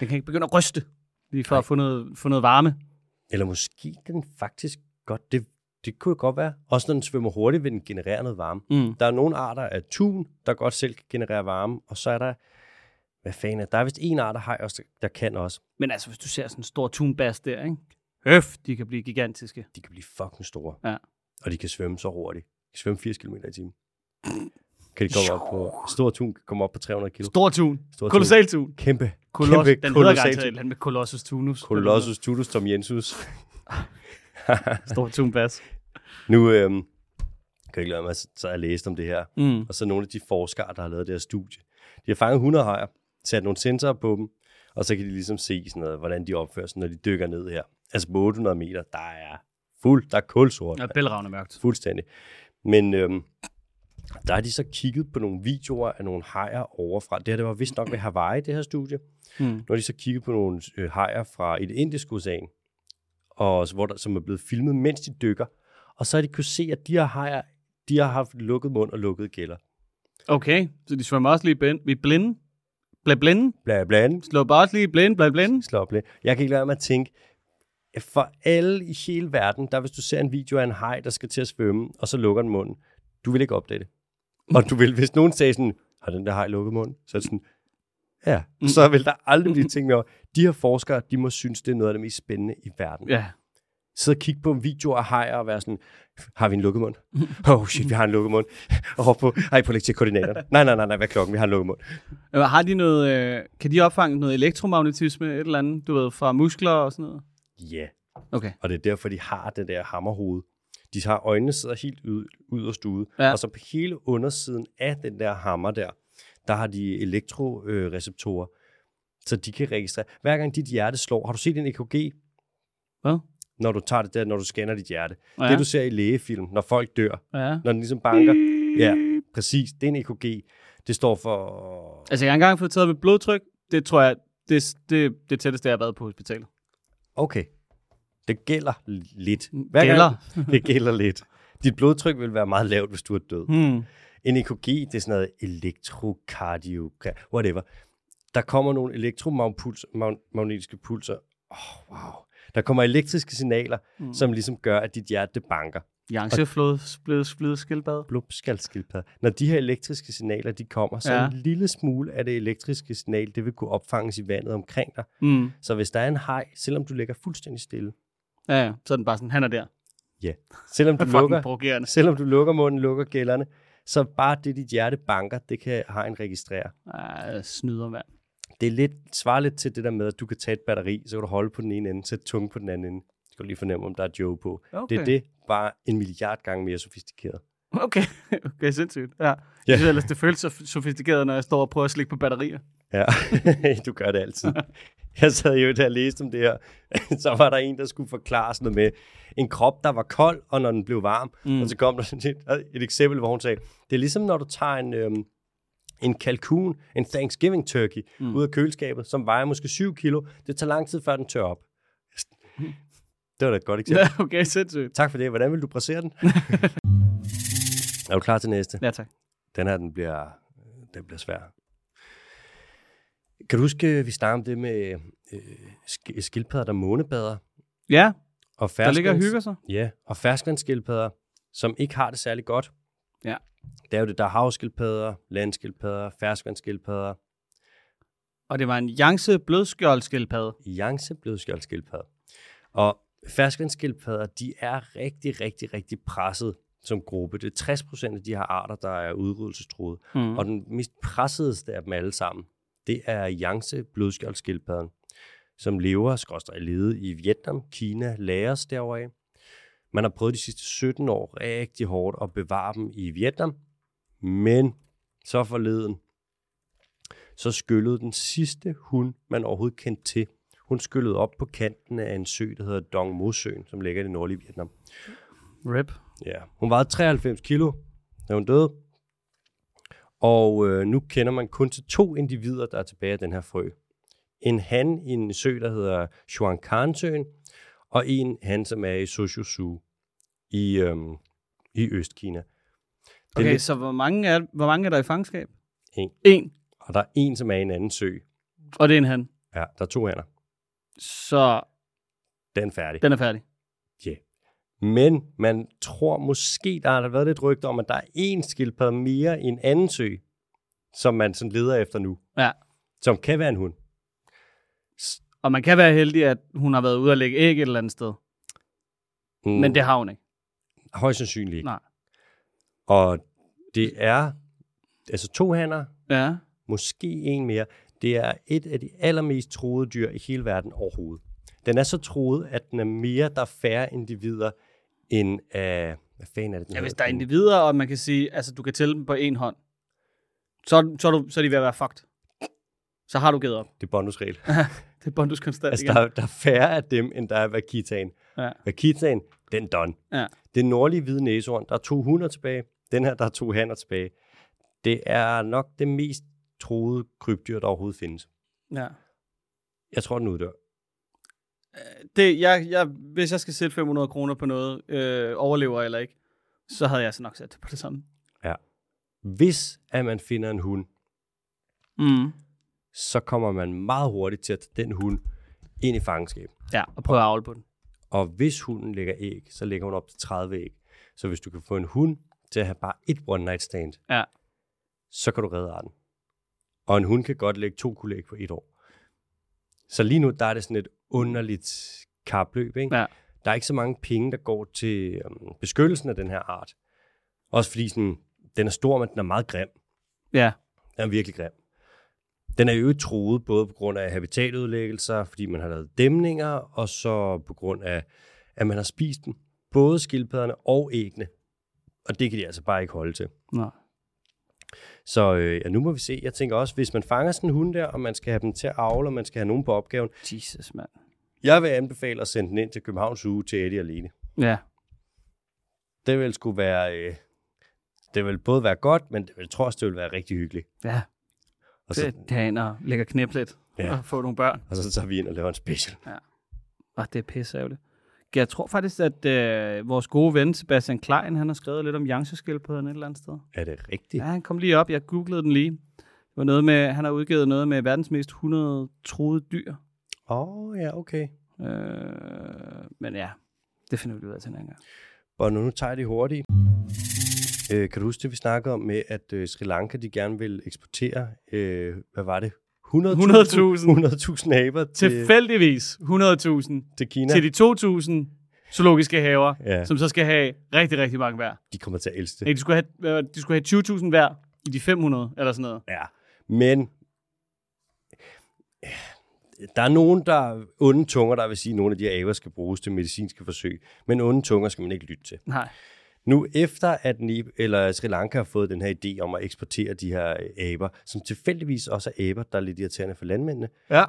[SPEAKER 2] Den kan ikke begynde at ryste, lige for at få noget, få noget varme.
[SPEAKER 1] Eller måske den faktisk godt, det, det kunne det godt være. Også når den svømmer hurtigt, vil den generere noget varme.
[SPEAKER 2] Mm.
[SPEAKER 1] Der er nogle arter af tun, der godt selv kan generere varme, og så er der, hvad fanden er, der er vist en art af haj også, der- der kan også.
[SPEAKER 2] Men altså, hvis du ser sådan en stor tunbas der, ikke? Høf, de kan blive gigantiske.
[SPEAKER 1] de kan blive fucking store.
[SPEAKER 2] Ja.
[SPEAKER 1] Og de kan svømme så hurtigt. De kan svømme 80 km i timen. Kan de komme op på... Stor tun kan komme op på 300 kilo.
[SPEAKER 2] Stor tun.
[SPEAKER 1] Stor tun.
[SPEAKER 2] Kolossal tun.
[SPEAKER 1] Kæmpe,
[SPEAKER 2] Kolos,
[SPEAKER 1] kæmpe
[SPEAKER 2] den hedder
[SPEAKER 1] kolossal
[SPEAKER 2] garanteret et eller andet med Colossus tunus.
[SPEAKER 1] Colossus Tutus Tom Jensus. [LAUGHS]
[SPEAKER 2] Stor tunbas.
[SPEAKER 1] Nu øhm, kan jeg ikke lade mig, så har jeg læst om det her.
[SPEAKER 2] Mm.
[SPEAKER 1] Og så nogle af de forskere, der har lavet det her studie. De har fanget hundehajer, sat nogle sensorer på dem, og så kan de ligesom se sådan noget, hvordan de opfører sig, når de dykker ned her. Altså på 800 meter, der er fuld, der er kulsort.
[SPEAKER 2] Ja, bælragende mørkt.
[SPEAKER 1] Fuldstændig. Men øhm, der har de så kigget på nogle videoer af nogle hajer overfra. Det her det var vist nok ved Hawaii, det her studie.
[SPEAKER 2] Mm.
[SPEAKER 1] Nu har de så kigget på nogle øh, hajer fra et indisk ocean, og, så- hvor der, som er blevet filmet, mens de dykker. Og så har de kunne se, at de her hajer, de har haft lukket mund og lukket gælder.
[SPEAKER 2] Okay, så de svømmer også lige blind. Vi er blinde. Blæ blinde.
[SPEAKER 1] Bla, bla, bla,
[SPEAKER 2] Slå bare også lige blinde, blæ blinde.
[SPEAKER 1] slå bla. Jeg kan ikke lade være med at tænke, at for alle i hele verden, der hvis du ser en video af en haj, der skal til at svømme, og så lukker den munden, du vil ikke opdage det. Og du vil, hvis nogen sagde sådan, har den der haj lukket munden? Så er det sådan, ja, så vil der aldrig blive ting med over. De her forskere, de må synes, det er noget af det mest spændende i verden.
[SPEAKER 2] Ja.
[SPEAKER 1] Sidde og kigge på en video af hajer og være sådan, har vi en lukket mund? Oh shit, vi har en lukket mund. [LAUGHS] Og hoppe på, ej, på læg til koordinaterne. Nej, nej, nej, nej, hvad er klokken? Vi har en lukket mund.
[SPEAKER 2] Øh, Har de noget, øh, kan de opfange noget elektromagnetisme, et eller andet, du ved, fra muskler og sådan noget?
[SPEAKER 1] Ja. Yeah.
[SPEAKER 2] Okay.
[SPEAKER 1] Og det er derfor, de har det der hammerhoved. De har øjnene sidder helt ud, yderst ude,
[SPEAKER 2] Ja.
[SPEAKER 1] ja. og så på hele undersiden af den der hammer der, der har de elektroreceptorer, øh, receptorer, så de kan registrere. Hver gang dit hjerte slår, har du set en EKG?
[SPEAKER 2] Hvad?
[SPEAKER 1] Når du tager det der, når du scanner dit hjerte.
[SPEAKER 2] Ja.
[SPEAKER 1] Ja. Det du ser i lægefilm, når folk dør,
[SPEAKER 2] Ja.
[SPEAKER 1] når den ligesom banker. Ja, præcis. Det er en EKG. Det står for...
[SPEAKER 2] Altså, jeg har engang fået taget mit blodtryk. Det tror jeg, det, det, det tætteste, jeg har været på hospitalet.
[SPEAKER 1] Okay. Det gælder l- lidt.
[SPEAKER 2] Gælder.
[SPEAKER 1] Gang, [LAUGHS] det gælder lidt. Dit blodtryk vil være meget lavt, hvis du er død.
[SPEAKER 2] Hmm.
[SPEAKER 1] En EKG, det er sådan noget elektrokardio, whatever. Der kommer nogle elektromagnetiske pulser. Oh, wow. Der kommer elektriske signaler, mm. som ligesom gør, at dit hjerte det banker.
[SPEAKER 2] Yangtze-flod blevet splidet skildpadde.
[SPEAKER 1] blubskalskildpadde. Når de her elektriske signaler, de kommer, så
[SPEAKER 2] Ja.
[SPEAKER 1] en lille smule af det elektriske signal, det vil kunne opfanges i vandet omkring dig.
[SPEAKER 2] Mm.
[SPEAKER 1] Så hvis der er en haj, selvom du ligger fuldstændig stille,
[SPEAKER 2] Ja, ja, så er den bare sådan, han er der.
[SPEAKER 1] selvom du,
[SPEAKER 2] [LAUGHS] Fucking
[SPEAKER 1] lukker,
[SPEAKER 2] provokerende.
[SPEAKER 1] selvom du lukker munden, lukker gælderne, så bare det, dit hjerte banker, det kan hajen registrere.
[SPEAKER 2] Ej, snyder, mand.
[SPEAKER 1] Det er lidt, svarer lidt til det der med, at du kan tage et batteri, så kan du holde på den ene ende, sætte tunge på den anden ende. Du kan lige fornemme, om der er Joe på. Okay. Det er det, bare en milliard gange mere sofistikeret.
[SPEAKER 2] Okay, [LAUGHS] okay sindssygt. Ja. Jeg
[SPEAKER 1] Ja.
[SPEAKER 2] synes ellers, det føles så f- sofistikeret, når jeg står og prøver at slikke på batterier.
[SPEAKER 1] Ja, [LAUGHS] du gør det altid. Jeg sad jo, da jeg læste om det her, [LAUGHS] så var der en, der skulle forklare sådan noget med en krop, der var kold, og når den blev varm. Mm. Og så kom der sådan et, et eksempel, hvor hun sagde, det er ligesom, når du tager en, øhm, en kalkun, en Thanksgiving turkey, mm. ud af køleskabet, som vejer måske 7 kilo. Det tager lang tid, før den tør op. Det var da et godt eksempel. Ja.
[SPEAKER 2] [LAUGHS] Ja, [LAUGHS] okay, sindssygt.
[SPEAKER 1] Tak for det. Hvordan vil du placere [LAUGHS] den? er du klar til næste?
[SPEAKER 2] Ja, tak.
[SPEAKER 1] Den her, den bliver, den bliver svær. Kan du huske, vi snakkede om det med øh, sk- skildpadder, der månebader?
[SPEAKER 2] Ja,
[SPEAKER 1] Og
[SPEAKER 2] der ligger og
[SPEAKER 1] ferskvands-
[SPEAKER 2] hygger sig.
[SPEAKER 1] Ja, og ferskvandsskildpadder, som ikke har det særlig godt.
[SPEAKER 2] Ja.
[SPEAKER 1] Det er jo det, der er havskildpadder, landskildpadder, ferskvandsskildpadder,
[SPEAKER 2] Og det var en Yangtze blødskjoldskildpadde.
[SPEAKER 1] jangseblødskjoldskildpadder. Og ferskvandsskildpadder, de er rigtig, rigtig, rigtig presset som gruppe. Det er 60 procent af de her arter, der er udryddelsestruede.
[SPEAKER 2] Mm.
[SPEAKER 1] Og den mest pressedeste af dem alle sammen, det er Yangtze blødskjoldskildpadden, som lever skråstrej lede i Vietnam, Kina, Laos derovre. af. Man har prøvet de sidste 17 år rigtig hårdt at bevare dem i Vietnam, men så forleden, så skyllede den sidste hund, man overhovedet kendte til, hun skyllede op på kanten af en sø, der hedder Dong Mo søen, som ligger i det nordlige Vietnam.
[SPEAKER 2] Rip.
[SPEAKER 1] Ja, hun vejede 93 kilo, da hun døde. Og øh, nu kender man kun til to individer, der er tilbage af den her frø. En han i en sø, der hedder Shuangkansøen, og en han, som er i Suzhou i, øhm, i Østkina. Det er
[SPEAKER 2] Okay,
[SPEAKER 1] lidt-
[SPEAKER 2] så hvor mange, er, hvor mange er der i fangenskab?
[SPEAKER 1] En.
[SPEAKER 2] En.
[SPEAKER 1] Og der er en, som er i en anden sø.
[SPEAKER 2] Og det er en han.
[SPEAKER 1] Ja, der er to hanner.
[SPEAKER 2] Så
[SPEAKER 1] Den er færdig.
[SPEAKER 2] den er færdig.
[SPEAKER 1] Men man tror måske, der har været lidt rygter om, at der er en skildpadde mere i en anden sø, som man sådan leder efter nu,
[SPEAKER 2] Ja.
[SPEAKER 1] som kan være en hund.
[SPEAKER 2] Og man kan være heldig, at hun har været ude og lægge æg et eller andet sted.
[SPEAKER 1] Mm,
[SPEAKER 2] Mm. Men det har hun ikke.
[SPEAKER 1] højst sandsynligt ikke.
[SPEAKER 2] Nej.
[SPEAKER 1] Og det er altså to hanner,
[SPEAKER 2] Ja.
[SPEAKER 1] måske en mere. Det er et af de allermest troede dyr i hele verden overhovedet. Den er så troet, at den er mere, der er færre individer, end af... Hvad fanden er det, den
[SPEAKER 2] ja, hvis
[SPEAKER 1] hedder?
[SPEAKER 2] der er individer, og man kan sige, altså du kan tælle dem på en hånd, så, er du- så, er du, så er de ved at være fucked. Så har du givet op.
[SPEAKER 1] Det er bonusregel.
[SPEAKER 2] Det er bondus konstant
[SPEAKER 1] Altså,
[SPEAKER 2] igen.
[SPEAKER 1] der, er- der er færre af dem, end der er Vakitaen.
[SPEAKER 2] Ja.
[SPEAKER 1] Vakitaen, den er done.
[SPEAKER 2] Ja.
[SPEAKER 1] Den nordlige hvide næsehorn, der er 200 tilbage. Den her, der er to hanner tilbage. Det er nok det mest troede krybdyr, der overhovedet findes.
[SPEAKER 2] Ja.
[SPEAKER 1] Jeg tror, den uddør.
[SPEAKER 2] Det, jeg, jeg, hvis jeg skal sætte 500 kroner på noget, øh, overlever eller ikke, så havde jeg så nok sat det på det samme.
[SPEAKER 1] Hvis at man finder en hund,
[SPEAKER 2] Mm.
[SPEAKER 1] så kommer man meget hurtigt til at tage den hund ind i fangenskab.
[SPEAKER 2] Ja, og prøve at avle på den.
[SPEAKER 1] Og hvis hunden lægger æg, så lægger hun op til 30 æg. Så hvis du kan få en hund til at have bare et one night stand,
[SPEAKER 2] Ja.
[SPEAKER 1] så kan du redde arten. Og en hund kan godt lægge to kulæg på et år. Så lige nu, der er det sådan et underligt kapløb. Ikke?
[SPEAKER 2] Ja.
[SPEAKER 1] Der er ikke så mange penge, der går til øhm, beskyttelsen af den her art. Også fordi sådan, den er stor, men den er meget grim.
[SPEAKER 2] Ja.
[SPEAKER 1] Den er virkelig grim. Den er jo ikke truet både på grund af habitatudlæggelser, fordi man har lavet dæmninger, og så på grund af, at man har spist dem. Både skildpadderne og æggene. Og det kan de altså bare ikke holde til.
[SPEAKER 2] Nå.
[SPEAKER 1] Så øh, ja, nu må vi se. Jeg tænker også, hvis man fanger sådan en hund der, og man skal have dem til at avle, og man skal have nogen på opgaven.
[SPEAKER 2] Jesus, mand.
[SPEAKER 1] Jeg vil anbefale at sende den ind til Københavns Uge til Eddie alene.
[SPEAKER 2] Ja.
[SPEAKER 1] Det vil skulle være... Øh, det vil både være godt, men det, jeg tror også, det vil være rigtig hyggeligt.
[SPEAKER 2] Ja,
[SPEAKER 1] Og så,
[SPEAKER 2] det er derinde og lægger knæp lidt
[SPEAKER 1] Ja.
[SPEAKER 2] ja. og får nogle børn.
[SPEAKER 1] og så tager vi ind og laver en special.
[SPEAKER 2] Og det er pisseærgerligt. Jeg tror faktisk, at øh, vores gode ven Sebastian Klein, han har skrevet lidt om jangteskildpadderne et eller andet sted.
[SPEAKER 1] Er det rigtigt?
[SPEAKER 2] Ja, han kom lige op. Jeg googlede den lige. Det var noget med, han har udgivet noget med verdens mest 100 troede dyr.
[SPEAKER 1] Åh, oh, ja, okay.
[SPEAKER 2] Øh, men ja, det finder vi ud af til en anden gang.
[SPEAKER 1] Og nu, nu tager jeg det hurtigt. Øh, kan du huske det, vi snakkede om med, at øh, Sri Lanka de gerne vil eksportere, øh, hvad var det, 100.000
[SPEAKER 2] 100.000.
[SPEAKER 1] 100.000 aber til,
[SPEAKER 2] Tilfældigvis 100.000
[SPEAKER 1] til Kina?
[SPEAKER 2] til de 2.000 zoologiske haver,
[SPEAKER 1] Ja.
[SPEAKER 2] ja. som så skal have rigtig, rigtig mange hver.
[SPEAKER 1] De kommer til at elske
[SPEAKER 2] Nej,
[SPEAKER 1] det.
[SPEAKER 2] de skulle have, øh, de skulle have 20.000 hver i de 500, eller sådan noget.
[SPEAKER 1] Ja. Men øh, der er nogen, der er onde tunger, der vil sige, at nogle af de her aber skal bruges til medicinske forsøg. Men onde tunger skal man ikke lytte til.
[SPEAKER 2] Nej.
[SPEAKER 1] Nu efter, at Nib, eller Sri Lanka har fået den her idé om at eksportere de her øh, aber, som tilfældigvis også er aber, der er lidt irriterende for landmændene,
[SPEAKER 2] Ja.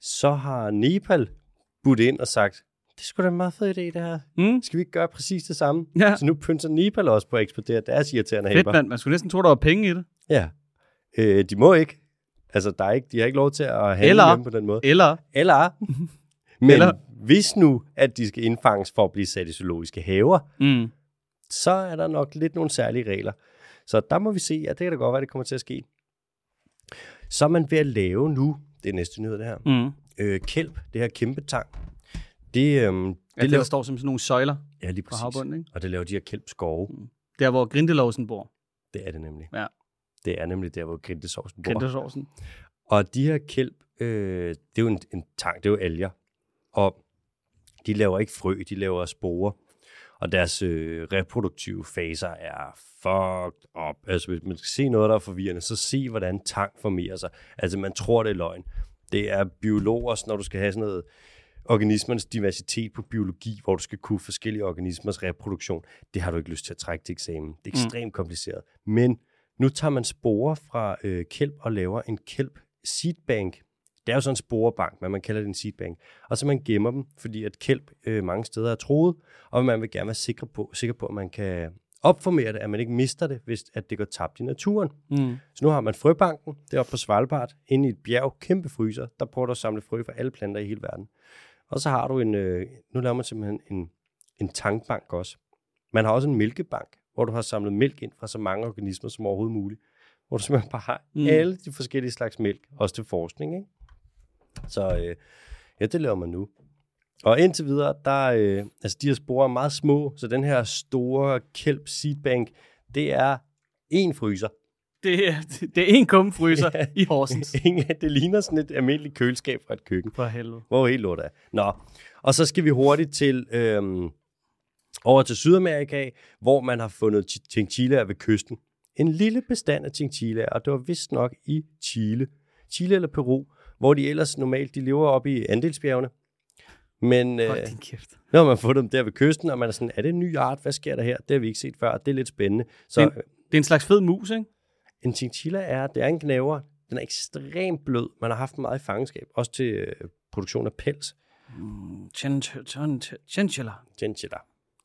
[SPEAKER 1] så har Nepal budt ind og sagt, det skulle sgu da en meget fed idé, det her.
[SPEAKER 2] Mm.
[SPEAKER 1] Skal vi ikke gøre præcis det samme?
[SPEAKER 2] Ja.
[SPEAKER 1] Så nu pynser Nepal også på at eksportere deres irriterende
[SPEAKER 2] Fedt,
[SPEAKER 1] aber.
[SPEAKER 2] mand. Man skulle næsten tro, der var penge i det.
[SPEAKER 1] Ja. Øh, de må ikke. Altså, der er ikke, de har ikke lov til at handle
[SPEAKER 2] Eller-
[SPEAKER 1] med dem på den måde.
[SPEAKER 2] Eller, [LAUGHS]
[SPEAKER 1] Eller. Men Eller.
[SPEAKER 2] Eller-
[SPEAKER 1] hvis nu, at de skal indfanges for at blive sat i zoologiske haver,
[SPEAKER 2] mm.
[SPEAKER 1] så er der nok lidt nogle særlige regler. Så der må vi se, at det kan da godt være, det kommer til at ske. Så er man ved at lave nu, det er næste nyhed det her,
[SPEAKER 2] Mm.
[SPEAKER 1] øh, kælp, det her kæmpe tang. Det, øhm, det,
[SPEAKER 2] Ja, det,
[SPEAKER 1] laver,
[SPEAKER 2] der står som sådan nogle søjler
[SPEAKER 1] ja, lige
[SPEAKER 2] på
[SPEAKER 1] præcis.
[SPEAKER 2] havbunden, ikke?
[SPEAKER 1] Og det laver de her kælpskove.
[SPEAKER 2] Der, hvor Grindelovsen bor.
[SPEAKER 1] Det er det nemlig.
[SPEAKER 2] Ja.
[SPEAKER 1] Det er nemlig der, hvor grintesovsen bor.
[SPEAKER 2] Grindelovsen.
[SPEAKER 1] Og de her kælp, øh, det er jo en, en tang, det er jo alger. Og de laver ikke frø, de laver sporer. Og deres øh, reproduktive faser er fucked up. Altså, hvis man skal se noget, der er forvirrende, så se, hvordan tang formerer sig. Altså, man tror, det er løgn. Det er biologer, når du skal have sådan noget organismernes diversitet på biologi, hvor du skal kunne forskellige organismers reproduktion. Det har du ikke lyst til at trække til eksamen. Det er ekstremt mm. kompliceret. Men nu tager man sporer fra øh, kælp og laver en kælp seedbank. Det er jo sådan en sporebank, men man kalder det en seedbank. Og så man gemmer dem, fordi at kælp øh, mange steder er troet, og man vil gerne være sikker på, sikker på, at man kan opformere det, at man ikke mister det, hvis at det går tabt i naturen.
[SPEAKER 2] Mm.
[SPEAKER 1] Så nu har man frøbanken deroppe på Svalbard, inde i et bjerg, kæmpe fryser, der prøver du at samle frø fra alle planter i hele verden. Og så har du en, øh, nu laver man simpelthen en, en tankbank også. Man har også en mælkebank, hvor du har samlet mælk ind fra så mange organismer som overhovedet muligt. Hvor du simpelthen bare har mm.
[SPEAKER 2] Mm.
[SPEAKER 1] alle de forskellige slags mælk, også til forskning. Ikke? Så øh, ja, det laver man nu. Og indtil videre, der, øh, altså de her sporer er meget små, så den her store kælp seedbank, det er en fryser.
[SPEAKER 2] Det, er, det er en kummefryser i Horsens.
[SPEAKER 1] Ingen, [LAUGHS] det ligner sådan et almindeligt køleskab fra et køkken.
[SPEAKER 2] For helvede.
[SPEAKER 1] Hvor helt lort er. Nå, og så skal vi hurtigt til øhm, over til Sydamerika, hvor man har fundet chi- chinchillaer ved kysten. En lille bestand af chinchillaer, og det var vist nok i Chile. Chile eller Peru, hvor de ellers normalt de lever op i andelsbjergene. Men øh,
[SPEAKER 2] Hold din kæft.
[SPEAKER 1] nu har man fundet dem der ved kysten, og man er sådan, er det en ny art? Hvad sker der her? Det har vi ikke set før, og det er lidt spændende. Så
[SPEAKER 2] Men- Det er en slags fed mus, ikke?
[SPEAKER 1] en chinchilla er, det er en gnaver. Den er ekstremt blød. Man har haft den meget i fangenskab, også til øh, produktion af pels.
[SPEAKER 2] Chinch- chinch- Chinchilla.
[SPEAKER 1] Chinchilla.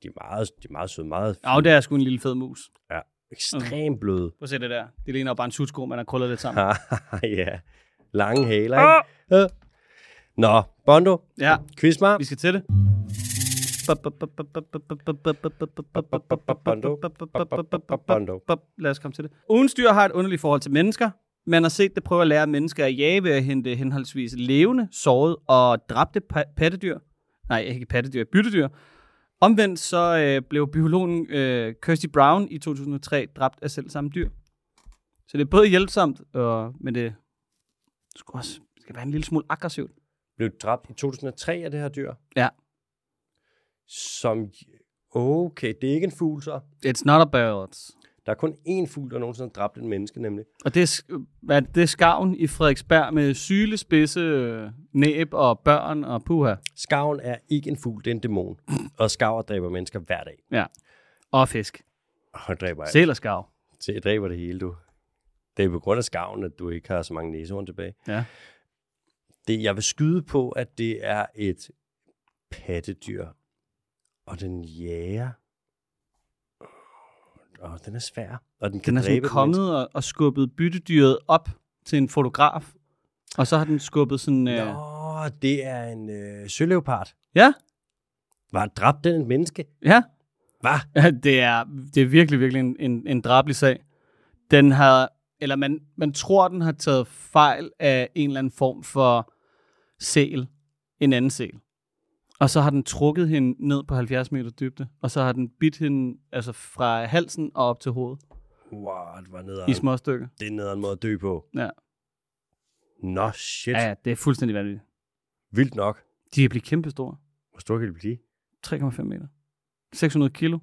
[SPEAKER 1] De er meget, de er meget søde, meget
[SPEAKER 2] Ja, det er sgu en lille fed mus.
[SPEAKER 1] ja, ekstremt bløde. [LAUGHS]
[SPEAKER 2] Prøv at se det der. Det ligner jo bare en sutsko, man har krullet lidt sammen.
[SPEAKER 1] ja, lange haler, ikke? Ah! Nå, Bondo,
[SPEAKER 2] Ja,
[SPEAKER 1] quiz mig.
[SPEAKER 2] vi skal til det.
[SPEAKER 1] Bondo.
[SPEAKER 2] Lad os komme til det. Ugens dyr har et underligt forhold til mennesker. Man har set det prøve at lære mennesker at jage ved at hente henholdsvis levende, såret og dræbte pa- pattedyr. Nej, ikke pattedyr, byttedyr. Omvendt så øh, blev biologen øh, Kirsty Brown i 2003 dræbt af selv samme dyr. Så det er både hjælpsomt, og, men det skal også skal være en lille smule aggressivt.
[SPEAKER 1] Blev dræbt i 2003 af det her dyr.
[SPEAKER 2] Ja.
[SPEAKER 1] Som, okay, det er ikke en fugl så.
[SPEAKER 2] It's not a bird.
[SPEAKER 1] Der er kun én fugl, der nogensinde har dræbt et menneske, nemlig.
[SPEAKER 2] Og det er, sk- hvad, er det? det er skarven i Frederiksberg med sylespidse, øh, næb og børn og puha.
[SPEAKER 1] Skaven er ikke en fugl, det er en dæmon. Og skaver dræber mennesker hver dag.
[SPEAKER 2] Ja. Og fisk.
[SPEAKER 1] Og dræber
[SPEAKER 2] Sæl og skarv.
[SPEAKER 1] Se, jeg dræber det hele, du. Det er på grund af skaven, at du ikke har så mange næsehorn tilbage.
[SPEAKER 2] Ja.
[SPEAKER 1] Det, jeg vil skyde på, at det er et pattedyr. Og den jager. Og den er svær. Og den kan
[SPEAKER 2] Den er
[SPEAKER 1] dræbe et
[SPEAKER 2] sådan kommet og, og skubbet byttedyret op til en fotograf. Og så har den skubbet sådan...
[SPEAKER 1] menneske.
[SPEAKER 2] Øh,
[SPEAKER 1] Nå, det er en øh, søløvpart.
[SPEAKER 2] ja,
[SPEAKER 1] Var dræbt den et menneske?
[SPEAKER 2] ja.
[SPEAKER 1] Hvad?
[SPEAKER 2] Ja, Det er, det er virkelig, virkelig en, en, en drabelig sag. Den har, eller man, man tror, den har taget fejl af en eller anden form for sæl, en anden sæl. Og så har den trukket hende ned på 70 meter dybde, og så har den bidt hende altså fra halsen og op til hovedet
[SPEAKER 1] Wow, det var
[SPEAKER 2] ja. i
[SPEAKER 1] nederen.
[SPEAKER 2] små stykker.
[SPEAKER 1] Det er nederen måde at dø på.
[SPEAKER 2] Ja.
[SPEAKER 1] Nå, shit.
[SPEAKER 2] Ja, ja, det er fuldstændig vanvittigt.
[SPEAKER 1] Vildt nok.
[SPEAKER 2] De kan blive kæmpestore.
[SPEAKER 1] Hvor stor kan det blive?
[SPEAKER 2] 3,5 meter. 600 kilo.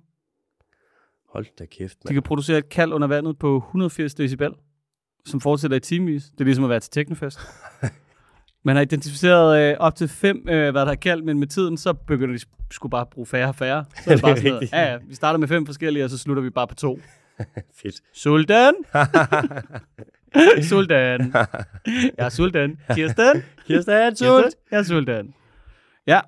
[SPEAKER 1] Hold da kæft,
[SPEAKER 2] De
[SPEAKER 1] mand.
[SPEAKER 2] kan producere et kald under vandet på 180 decibel, som fortsætter i timevis. Det er ligesom at være til [LAUGHS] Teknofest. Man har identificeret øh, op til fem, øh, hvad der er kaldt, men med tiden, så begynder de sp- skulle bare bruge færre og færre. Så er
[SPEAKER 1] Ja, det er
[SPEAKER 2] det bare sådan noget,
[SPEAKER 1] rigtigt.
[SPEAKER 2] [LAUGHS] ja, ja, vi starter med fem forskellige, og så slutter vi bare på to.
[SPEAKER 1] [LAUGHS] Fedt.
[SPEAKER 2] [LAUGHS] Sultan! sultan! Jeg er sultan. [LAUGHS] Kirsten!
[SPEAKER 1] Kirsten
[SPEAKER 2] Kirsten! Jeg er sultan. Ja,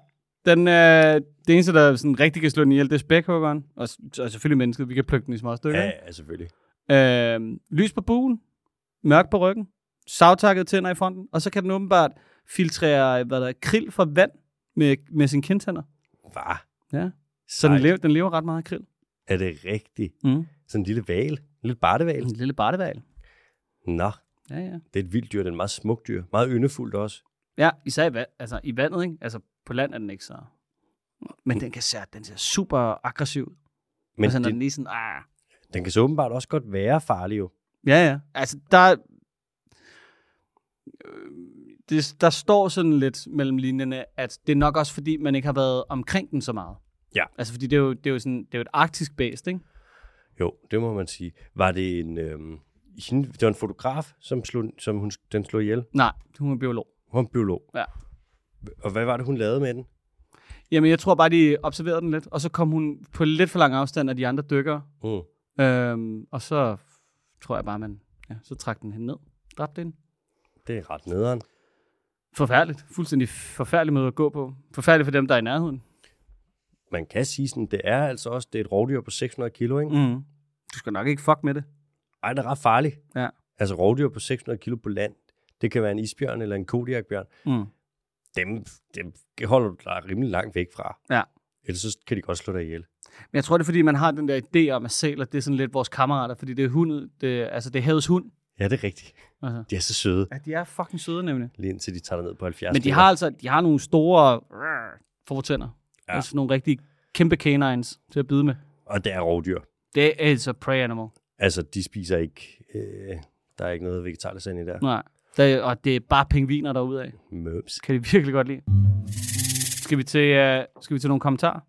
[SPEAKER 2] den, øh, det eneste, der sådan rigtig kan slå den ihjel, det er spækhuggeren. Og, s- og selvfølgelig mennesket, vi kan plukke den i små stykker.
[SPEAKER 1] Ja,
[SPEAKER 2] ikke?
[SPEAKER 1] ja, selvfølgelig.
[SPEAKER 2] Øh, lys på buen, mørk på ryggen, savtakket tænder i fronten, og så kan den åbenbart filtrere hvad der er, krill fra vand med, med sine kindtænder.
[SPEAKER 1] Hva?
[SPEAKER 2] Ja. Så den
[SPEAKER 1] Sejt.
[SPEAKER 2] lever, den lever ret meget af krill.
[SPEAKER 1] Er det rigtigt?
[SPEAKER 2] Mm.
[SPEAKER 1] Sådan en lille val? En lille barteval?
[SPEAKER 2] En lille barteval.
[SPEAKER 1] Nå,
[SPEAKER 2] Ja, ja.
[SPEAKER 1] det er et vildt dyr. Det er en meget smuk dyr. Meget yndefuldt også.
[SPEAKER 2] Ja, især i, vand, altså, i vandet, ikke? Altså på land er den ikke så... Mm. Men den kan ser, den ser super aggressiv ud.
[SPEAKER 1] Men
[SPEAKER 2] altså, når
[SPEAKER 1] det,
[SPEAKER 2] den lige sådan... Ah.
[SPEAKER 1] den kan så åbenbart også godt være farlig jo.
[SPEAKER 2] Ja, ja. Altså, der... er- Øh, Det, der står sådan lidt mellem linjerne, at det er nok også, fordi man ikke har været omkring den så meget.
[SPEAKER 1] Ja.
[SPEAKER 2] Altså, fordi det er jo, det er jo, sådan, det er jo et arktisk bæst, ikke?
[SPEAKER 1] Jo, det må man sige. Var det en... Øhm, hende, det var en fotograf, som, slog, som hun, den slog ihjel.
[SPEAKER 2] Nej, hun er biolog.
[SPEAKER 1] Hun var en biolog.
[SPEAKER 2] Ja.
[SPEAKER 1] Og hvad var det, hun lavede med den?
[SPEAKER 2] Jamen, jeg tror bare, de observerede den lidt, og så kom hun på lidt for lang afstand af de andre dykkere,
[SPEAKER 1] Mm.
[SPEAKER 2] øhm, og så tror jeg bare, man ja, så trak den hende ned, dræbte hende.
[SPEAKER 1] Det er ret nederen.
[SPEAKER 2] Forfærdeligt. Fuldstændig forfærdelig måde at gå på. Forfærdeligt for dem, der er i nærheden.
[SPEAKER 1] Man kan sige sådan, det er altså også det er et rovdyr på 600 kilo, ikke?
[SPEAKER 2] Mm. Du skal nok ikke fuck med det.
[SPEAKER 1] Ej, det er ret farligt.
[SPEAKER 2] Ja.
[SPEAKER 1] Altså rovdyr på 600 kilo på land, det kan være en isbjørn eller en kodiakbjørn.
[SPEAKER 2] Mm.
[SPEAKER 1] Dem, dem holder du dig rimelig langt væk fra.
[SPEAKER 2] Ja.
[SPEAKER 1] Ellers så kan de godt slå dig ihjel.
[SPEAKER 2] Men jeg tror, det er, fordi man har den der idé om, at sæler, det er sådan lidt vores kammerater, fordi det er hundet, det, altså det er havets hund.
[SPEAKER 1] Ja, det er rigtigt.
[SPEAKER 2] Altså.
[SPEAKER 1] De er så søde,
[SPEAKER 2] Ja, de er fucking søde nemlig.
[SPEAKER 1] lige indtil de tager dig ned på 70
[SPEAKER 2] Men de
[SPEAKER 1] meter.
[SPEAKER 2] har altså, de har nogle store fortænder.
[SPEAKER 1] Ja.
[SPEAKER 2] Ja. Altså nogle rigtig kæmpe canines til at bide med.
[SPEAKER 1] Og det er rovdyr.
[SPEAKER 2] Det er altså prey animal.
[SPEAKER 1] Altså, de spiser ikke... Øh, der er ikke noget vegetarligt ind i der.
[SPEAKER 2] Nej. Der, og det er bare pingviner derude af.
[SPEAKER 1] Møms.
[SPEAKER 2] Kan de [LAUGHS] virkelig godt lide. Skal vi til, uh, skal vi til nogle kommentarer?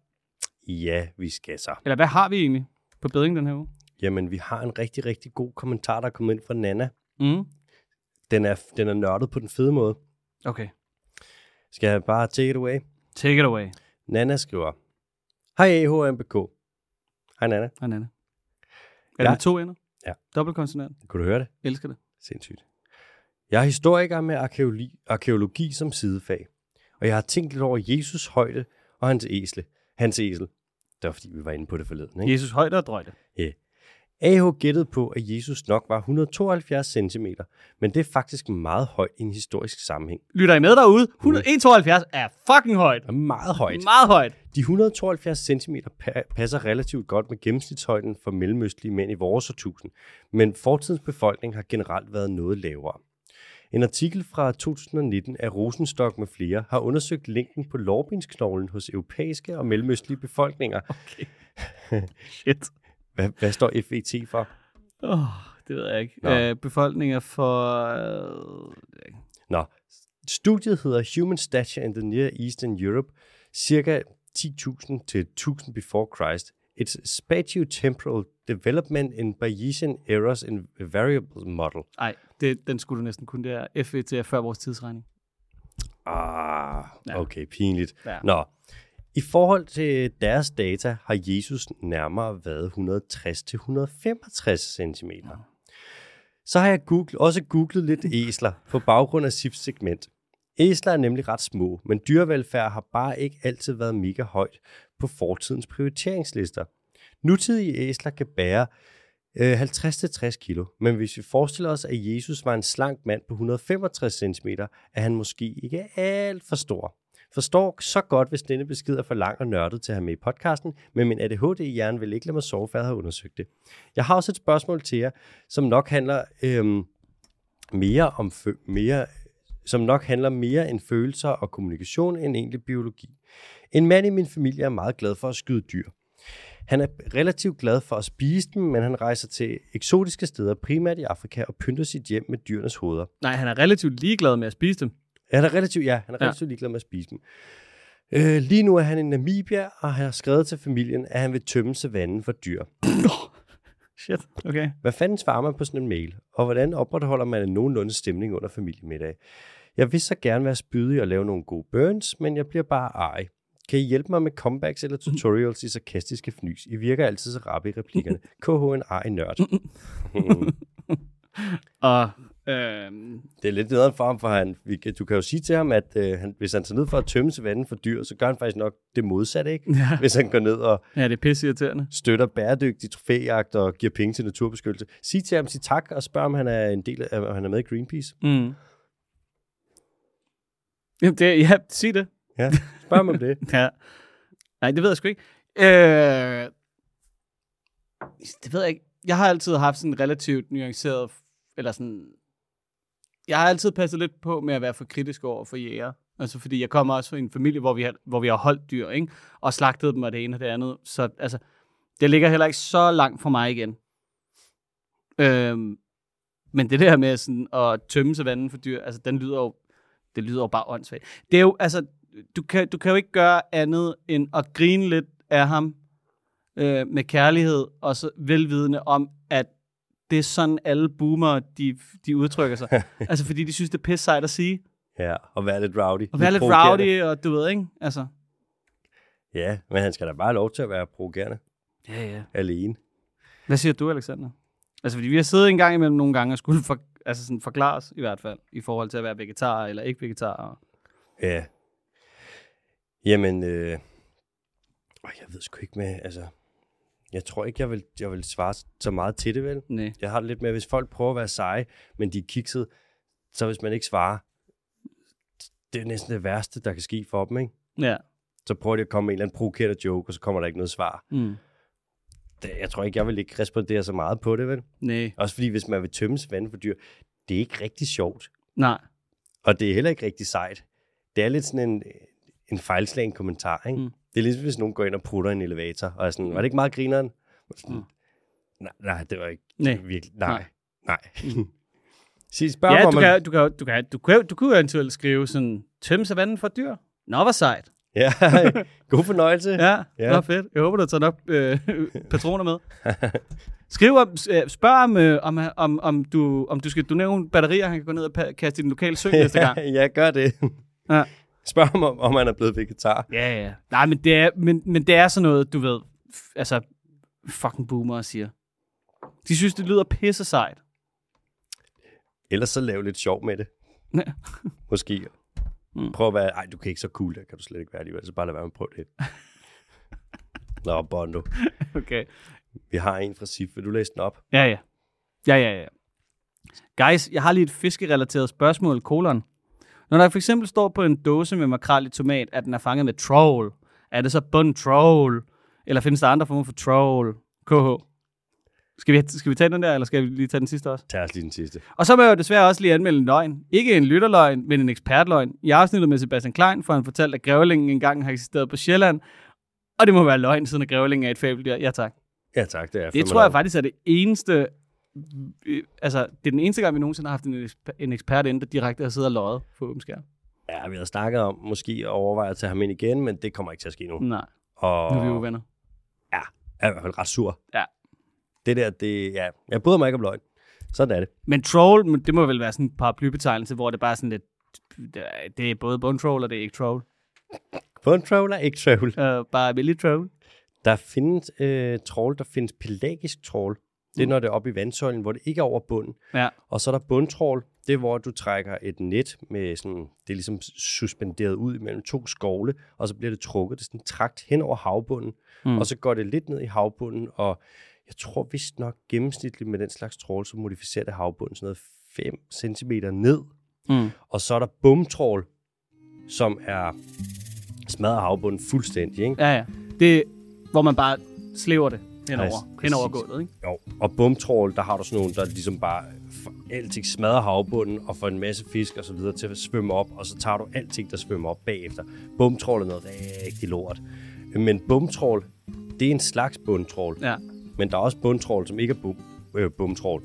[SPEAKER 1] Ja, vi skal så.
[SPEAKER 2] Eller hvad har vi egentlig på bedring den her uge?
[SPEAKER 1] Jamen, vi har en rigtig, rigtig god kommentar, der er kommet ind fra Nana.
[SPEAKER 2] Mm.
[SPEAKER 1] Den er, den er nørdet på den fede måde.
[SPEAKER 2] Okay.
[SPEAKER 1] Skal jeg bare take it away?
[SPEAKER 2] Take it away.
[SPEAKER 1] Nana skriver, Hej AHMBK. Hej Nana.
[SPEAKER 2] Hej, Nanne.
[SPEAKER 1] Ja.
[SPEAKER 2] Er det med to ender?
[SPEAKER 1] Ja.
[SPEAKER 2] Dobbeltkonsonant.
[SPEAKER 1] Kunne du høre det?
[SPEAKER 2] Elsker det.
[SPEAKER 1] Sindssygt. Jeg er historiker med arkeologi, arkeologi som sidefag, og jeg har tænkt lidt over Jesus højde og hans æsle. Hans æsel. Det var fordi, vi var inde på det forleden, ikke?
[SPEAKER 2] Jesus højde og drøjde.
[SPEAKER 1] AH gættede på, at Jesus nok var 172 cm, men det er faktisk meget højt i en historisk sammenhæng.
[SPEAKER 2] Lytter I med derude? 172 er fucking højt.
[SPEAKER 1] Det er Meget højt.
[SPEAKER 2] Meget højt.
[SPEAKER 1] De 172 cm passer relativt godt med gennemsnitshøjden for mellemøstlige mænd i vores årtusind, men fortidens befolkning har generelt været noget lavere. En artikel fra 2019 af Rosenstock med flere har undersøgt længden på lårbensknoglen hos europæiske og mellemøstlige befolkninger.
[SPEAKER 2] Shit.
[SPEAKER 1] Hvad, hvad står FET for?
[SPEAKER 2] Oh, det ved jeg ikke.
[SPEAKER 1] Nå.
[SPEAKER 2] Øh, befolkninger for... Øh,
[SPEAKER 1] Nå, studiet hedder Human Stature in the Near Eastern Europe, cirka 10.000 til 1000 before Christ. It's spatiotemporal development in Bayesian errors in a variable model.
[SPEAKER 2] ej, det, den skulle du næsten kunne. Det er FET er før vores tidsregning.
[SPEAKER 1] Ah,
[SPEAKER 2] Ja.
[SPEAKER 1] okay, pinligt.
[SPEAKER 2] Ja.
[SPEAKER 1] Nå, i forhold til deres data har Jesus nærmere været 160-165 cm. Så har jeg googlet, også googlet lidt æsler på baggrund af SIFs segment. Æsler er nemlig ret små, men dyrevelfærd har bare ikke altid været mega højt på fortidens prioriteringslister. Nutidige æsler kan bære øh, 50-60 kilo, men hvis vi forestiller os, at Jesus var en slank mand på 165 cm, er han måske ikke alt for stor. Forstår så godt, hvis denne besked er for lang og nørdet til at have med i podcasten, men min ADHD-hjerne vil ikke lade mig sove, for jeg har undersøgt det. Jeg har også et spørgsmål til jer, som nok handler øhm, mere om fø- mere som nok handler mere end følelser og kommunikation end egentlig biologi. En mand i min familie er meget glad for at skyde dyr. Han er relativt glad for at spise dem, men han rejser til eksotiske steder, primært i Afrika, og pynter sit hjem med dyrenes hoveder.
[SPEAKER 2] Nej, han er relativt ligeglad med at spise dem.
[SPEAKER 1] Han er relativt, ja, han er
[SPEAKER 2] Ja.
[SPEAKER 1] relativt ligeglad med at spise dem. Øh, lige nu er han i Namibia, og han har skrevet til familien, at han vil tømme savannen for dyr.
[SPEAKER 2] Shit, okay.
[SPEAKER 1] Hvad fanden svarer man på sådan en mail? Og hvordan opretholder man en nogenlunde stemning under familiemiddag? Jeg vil så gerne være spydig og lave nogle gode burns, men jeg bliver bare ej. Kan I hjælpe mig med comebacks eller tutorials i sarkastiske fnys? I virker altid så rappe i replikkerne. KH en ej nørd.
[SPEAKER 2] Og øhm,
[SPEAKER 1] Det er lidt nederen for ham, for han, vi kan- du kan jo sige til ham, at øh, han, hvis han tager ned for at tømme savannen for dyr, så gør han faktisk nok det modsatte, ikke?
[SPEAKER 2] Ja.
[SPEAKER 1] Hvis han går ned og
[SPEAKER 2] ja, det er pisse irriterende.
[SPEAKER 1] støtter bæredygtig trofæjagt og giver penge til naturbeskyttelse. Sig til ham, sig tak og spørg, om han er, en del af, om han er med i Greenpeace.
[SPEAKER 2] Mm. Jamen, det, ja, sig det.
[SPEAKER 1] Ja, spørg ham om
[SPEAKER 2] [LAUGHS]
[SPEAKER 1] det.
[SPEAKER 2] Ja. Nej, det ved jeg sgu ikke. Øh, det ved jeg ikke. Jeg har altid haft sådan en relativt nuanceret, eller sådan... Jeg har altid passet lidt på med at være for kritisk over for jæger. Altså, fordi jeg kommer også fra en familie, hvor vi har, hvor vi har holdt dyr, ikke? Og slagtet dem og det ene og det andet. Så altså, det ligger heller ikke så langt fra mig igen. Øhm, men det der med sådan at tømme savannen for dyr, altså, den lyder jo, det lyder jo bare åndssvagt. Det er jo, altså, du kan, du kan jo ikke gøre andet end at grine lidt af ham øh, med kærlighed, og så velvidende om, at det er sådan, alle boomer, de, de udtrykker sig. altså, fordi de synes, det er pisse sejt at sige.
[SPEAKER 1] Ja, og være lidt rowdy.
[SPEAKER 2] Og være lidt
[SPEAKER 1] provokerende.
[SPEAKER 2] rowdy, og du ved, ikke? Altså,
[SPEAKER 1] Ja, men han skal da bare have lov til at være provokerende
[SPEAKER 2] ja, ja.
[SPEAKER 1] alene.
[SPEAKER 2] Hvad siger du, Alexander? Altså, fordi vi har siddet en gang imellem nogle gange og skulle for, altså sådan forklare os, i hvert fald, i forhold til at være vegetar eller ikke vegetar.
[SPEAKER 1] Ja. Jamen, øh, åh, jeg ved sgu ikke med, altså, jeg tror ikke, jeg vil, jeg vil svare så meget til det, vel?
[SPEAKER 2] Nej.
[SPEAKER 1] Jeg har det lidt med, at hvis folk prøver at være seje, men de er kiksede, så hvis man ikke svarer, det er næsten det værste, der kan ske for dem, ikke?
[SPEAKER 2] Ja.
[SPEAKER 1] Så prøver de at komme med en eller anden provokerende joke, og så kommer der ikke noget svar.
[SPEAKER 2] Mm.
[SPEAKER 1] Det- Jeg tror ikke, jeg vil ikke respondere så meget på det, vel?
[SPEAKER 2] Nej.
[SPEAKER 1] Også fordi, hvis man vil tømme vand for dyr, det er ikke rigtig sjovt,
[SPEAKER 2] Nej.
[SPEAKER 1] og det er heller ikke rigtig sejt. Det er lidt sådan en, en fejlslagen kommentar, ikke?
[SPEAKER 2] Mm.
[SPEAKER 1] Mm. Det er ligesom, hvis nogen går ind og prutter en elevator, og er sådan, var det ikke meget grineren? Og Sådan,
[SPEAKER 2] Mm.
[SPEAKER 1] mm. nej, nej, det var ikke
[SPEAKER 2] Nej.
[SPEAKER 1] virkelig,
[SPEAKER 2] Nej.
[SPEAKER 1] nej,
[SPEAKER 2] [LAUGHS]
[SPEAKER 1] nej. nej. Sig, spørg
[SPEAKER 2] Ja,
[SPEAKER 1] mig,
[SPEAKER 2] du
[SPEAKER 1] om man-
[SPEAKER 2] kan, du, kan, du, kan, du, kan, du kunne jo eventuelt skrive sådan, tømme savannen for dyr. Nå, hvor sejt.
[SPEAKER 1] [LAUGHS] Ja, god fornøjelse. Ja.
[SPEAKER 2] Ja, ja.
[SPEAKER 1] Ja.
[SPEAKER 2] Nå, fedt. Jeg håber, du har taget nok øh, patroner med. Skriv om, øh, spørg om, øh, om, om, om, du, om du skal donere nogle batterier, han kan gå ned og pa- kaste i den lokale sø næste gang.
[SPEAKER 1] [LAUGHS] ja, gør det.
[SPEAKER 2] Ja.
[SPEAKER 1] [LAUGHS] Spørg ham, om, om han er blevet vegetar.
[SPEAKER 2] [LAUGHS] Ja, ja. Nej, men det er, men, men det er sådan noget, du ved, f- altså, fucking boomer siger. De synes, det lyder pisse sejt.
[SPEAKER 1] Ellers så lav lidt sjov med det.
[SPEAKER 2] Ja.
[SPEAKER 1] [LAUGHS] Måske.
[SPEAKER 2] Mm.
[SPEAKER 1] Mm. Prøv at være, ej, du kan ikke så cool, der kan du slet ikke være alligevel, så bare lad være med at prøve
[SPEAKER 2] [LAUGHS]
[SPEAKER 1] det. Nå, Bondo,
[SPEAKER 2] Okay.
[SPEAKER 1] vi har en fra SIF. Vil du læse den op?
[SPEAKER 2] Ja, ja. Ja, ja, ja. Guys, jeg har lige et fiskerelateret spørgsmål, kolon. Når der for eksempel står på en dåse med makrel i tomat, at den er fanget med troll, er det så bund troll? Eller findes der andre former for troll? KH. Skal vi, skal vi tage den der, eller skal vi lige tage den sidste også?
[SPEAKER 1] Tag os lige den sidste.
[SPEAKER 2] Og så må jeg jo desværre også lige anmelde en løgn. Ikke en lytterløgn, men en ekspertløgn. I afsnittet med Sebastian Klein får han fortalt, at grævlingen engang har eksisteret på Sjælland. Og det må være løgn, siden at grævlingen er et fabeldyr. Ja tak.
[SPEAKER 1] Ja, tak. Det, er
[SPEAKER 2] Det
[SPEAKER 1] fandme
[SPEAKER 2] tror jeg
[SPEAKER 1] nok.
[SPEAKER 2] faktisk er det eneste... øh, Altså, det er den eneste gang, vi nogensinde har haft en, eksper- en ekspert inde, der direkte har siddet og løjet på åben skærm.
[SPEAKER 1] Ja, vi har snakket om måske at overveje at tage ham ind igen, men det kommer ikke til at ske nu.
[SPEAKER 2] Nej,
[SPEAKER 1] Og
[SPEAKER 2] nu er vi uvenner.
[SPEAKER 1] jeg er i hvert fald ret sur.
[SPEAKER 2] Ja.
[SPEAKER 1] Det der, det, ja, jeg bryder mig ikke om løgn. Sådan er det.
[SPEAKER 2] Men troll, men det må vel være sådan en paraplybetegnelse, hvor det bare er sådan lidt... det er- Det er både bundtroll, og det er ikke troll.
[SPEAKER 1] På en trawler, ikke trawler.
[SPEAKER 2] Uh, bare billig troll.
[SPEAKER 1] Der findes øh, trawl, der findes pelagisk trawl. Det er, når det er oppe i vandsøjlen, hvor det ikke er over bunden.
[SPEAKER 2] Ja.
[SPEAKER 1] Og så er der bundtrawl. Det er, hvor du trækker et net med sådan, det er ligesom suspenderet ud mellem to skovle, og så bliver det trukket. Det er sådan trakt hen over havbunden,
[SPEAKER 2] Mm.
[SPEAKER 1] mm. og så går det lidt ned i havbunden, og jeg tror vist nok gennemsnitligt med den slags trawl, så modificerer det havbunden sådan noget 5 cm ned.
[SPEAKER 2] Mm.
[SPEAKER 1] Og så er der bumtrawl, som er smadrer havbunden fuldstændig, ikke?
[SPEAKER 2] Ja, ja. Det, hvor man bare slæver det. henover,
[SPEAKER 1] Præcis.
[SPEAKER 2] henover gulvet, ikke?
[SPEAKER 1] Jo, og bumtrål, der har du sådan nogle, der ligesom bare for alting smadrer havbunden og får en masse fisk og så videre til at svømme op, og så tager du alting, der svømmer op bagefter. Bumtrål er noget rigtig lort. Men bumtrål, det er en slags bundtrål.
[SPEAKER 2] Ja.
[SPEAKER 1] Men der er også bundtrål, som ikke er bum, øh, bumtrål.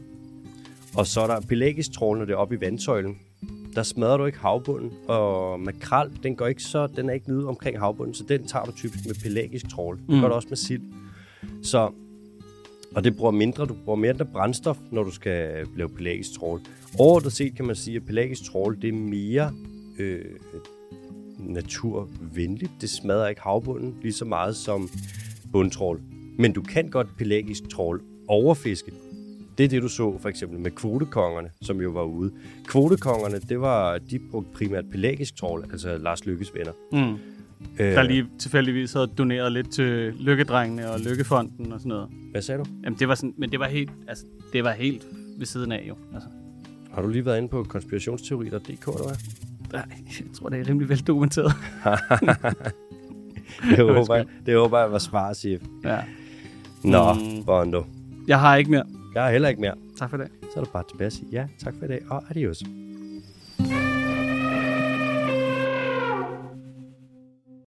[SPEAKER 1] Og så er der pelagisk trål, når det er oppe i vandsøjlen. Der smadrer du ikke havbunden, og makrel, den, går ikke så, den er ikke nede omkring havbunden, så den tager du typisk med pelagisk trål. Det
[SPEAKER 2] Mm.
[SPEAKER 1] gør du også med sild. Så, og det bruger mindre, du bruger mere end brændstof, når du skal lave pelagisk trål. Overordnet set kan man sige, at pelagisk trål, det er mere øh, naturvenligt. Det smadrer ikke havbunden lige så meget som bundtrål. Men du kan godt pelagisk trål overfiske. Det er det, du så for eksempel med kvotekongerne, som jo var ude. Kvotekongerne, det var, de brugte primært pelagisk trål, altså Lars Lykkes venner.
[SPEAKER 2] Mm.
[SPEAKER 1] Øh,
[SPEAKER 2] Der lige tilfældigvis havde doneret lidt til Lykkedrengene og Lykkefonden og sådan noget.
[SPEAKER 1] Hvad sagde du?
[SPEAKER 2] Jamen, det var sådan, men det var helt, altså, det var helt ved siden af jo. Altså,
[SPEAKER 1] Har du lige været inde på konspirationsteori.dk, eller hvad?
[SPEAKER 2] nej, jeg tror, det er rimelig vel dokumenteret.
[SPEAKER 1] Det håber jeg, det håber jeg var svar, chef.
[SPEAKER 2] Ja.
[SPEAKER 1] Nå,
[SPEAKER 2] Mm.
[SPEAKER 1] mm. Bondo.
[SPEAKER 2] Jeg har ikke mere.
[SPEAKER 1] Jeg har heller ikke mere.
[SPEAKER 2] Tak for i dag.
[SPEAKER 1] Så er det bare tilbage at sige ja, tak for i dag, og adios.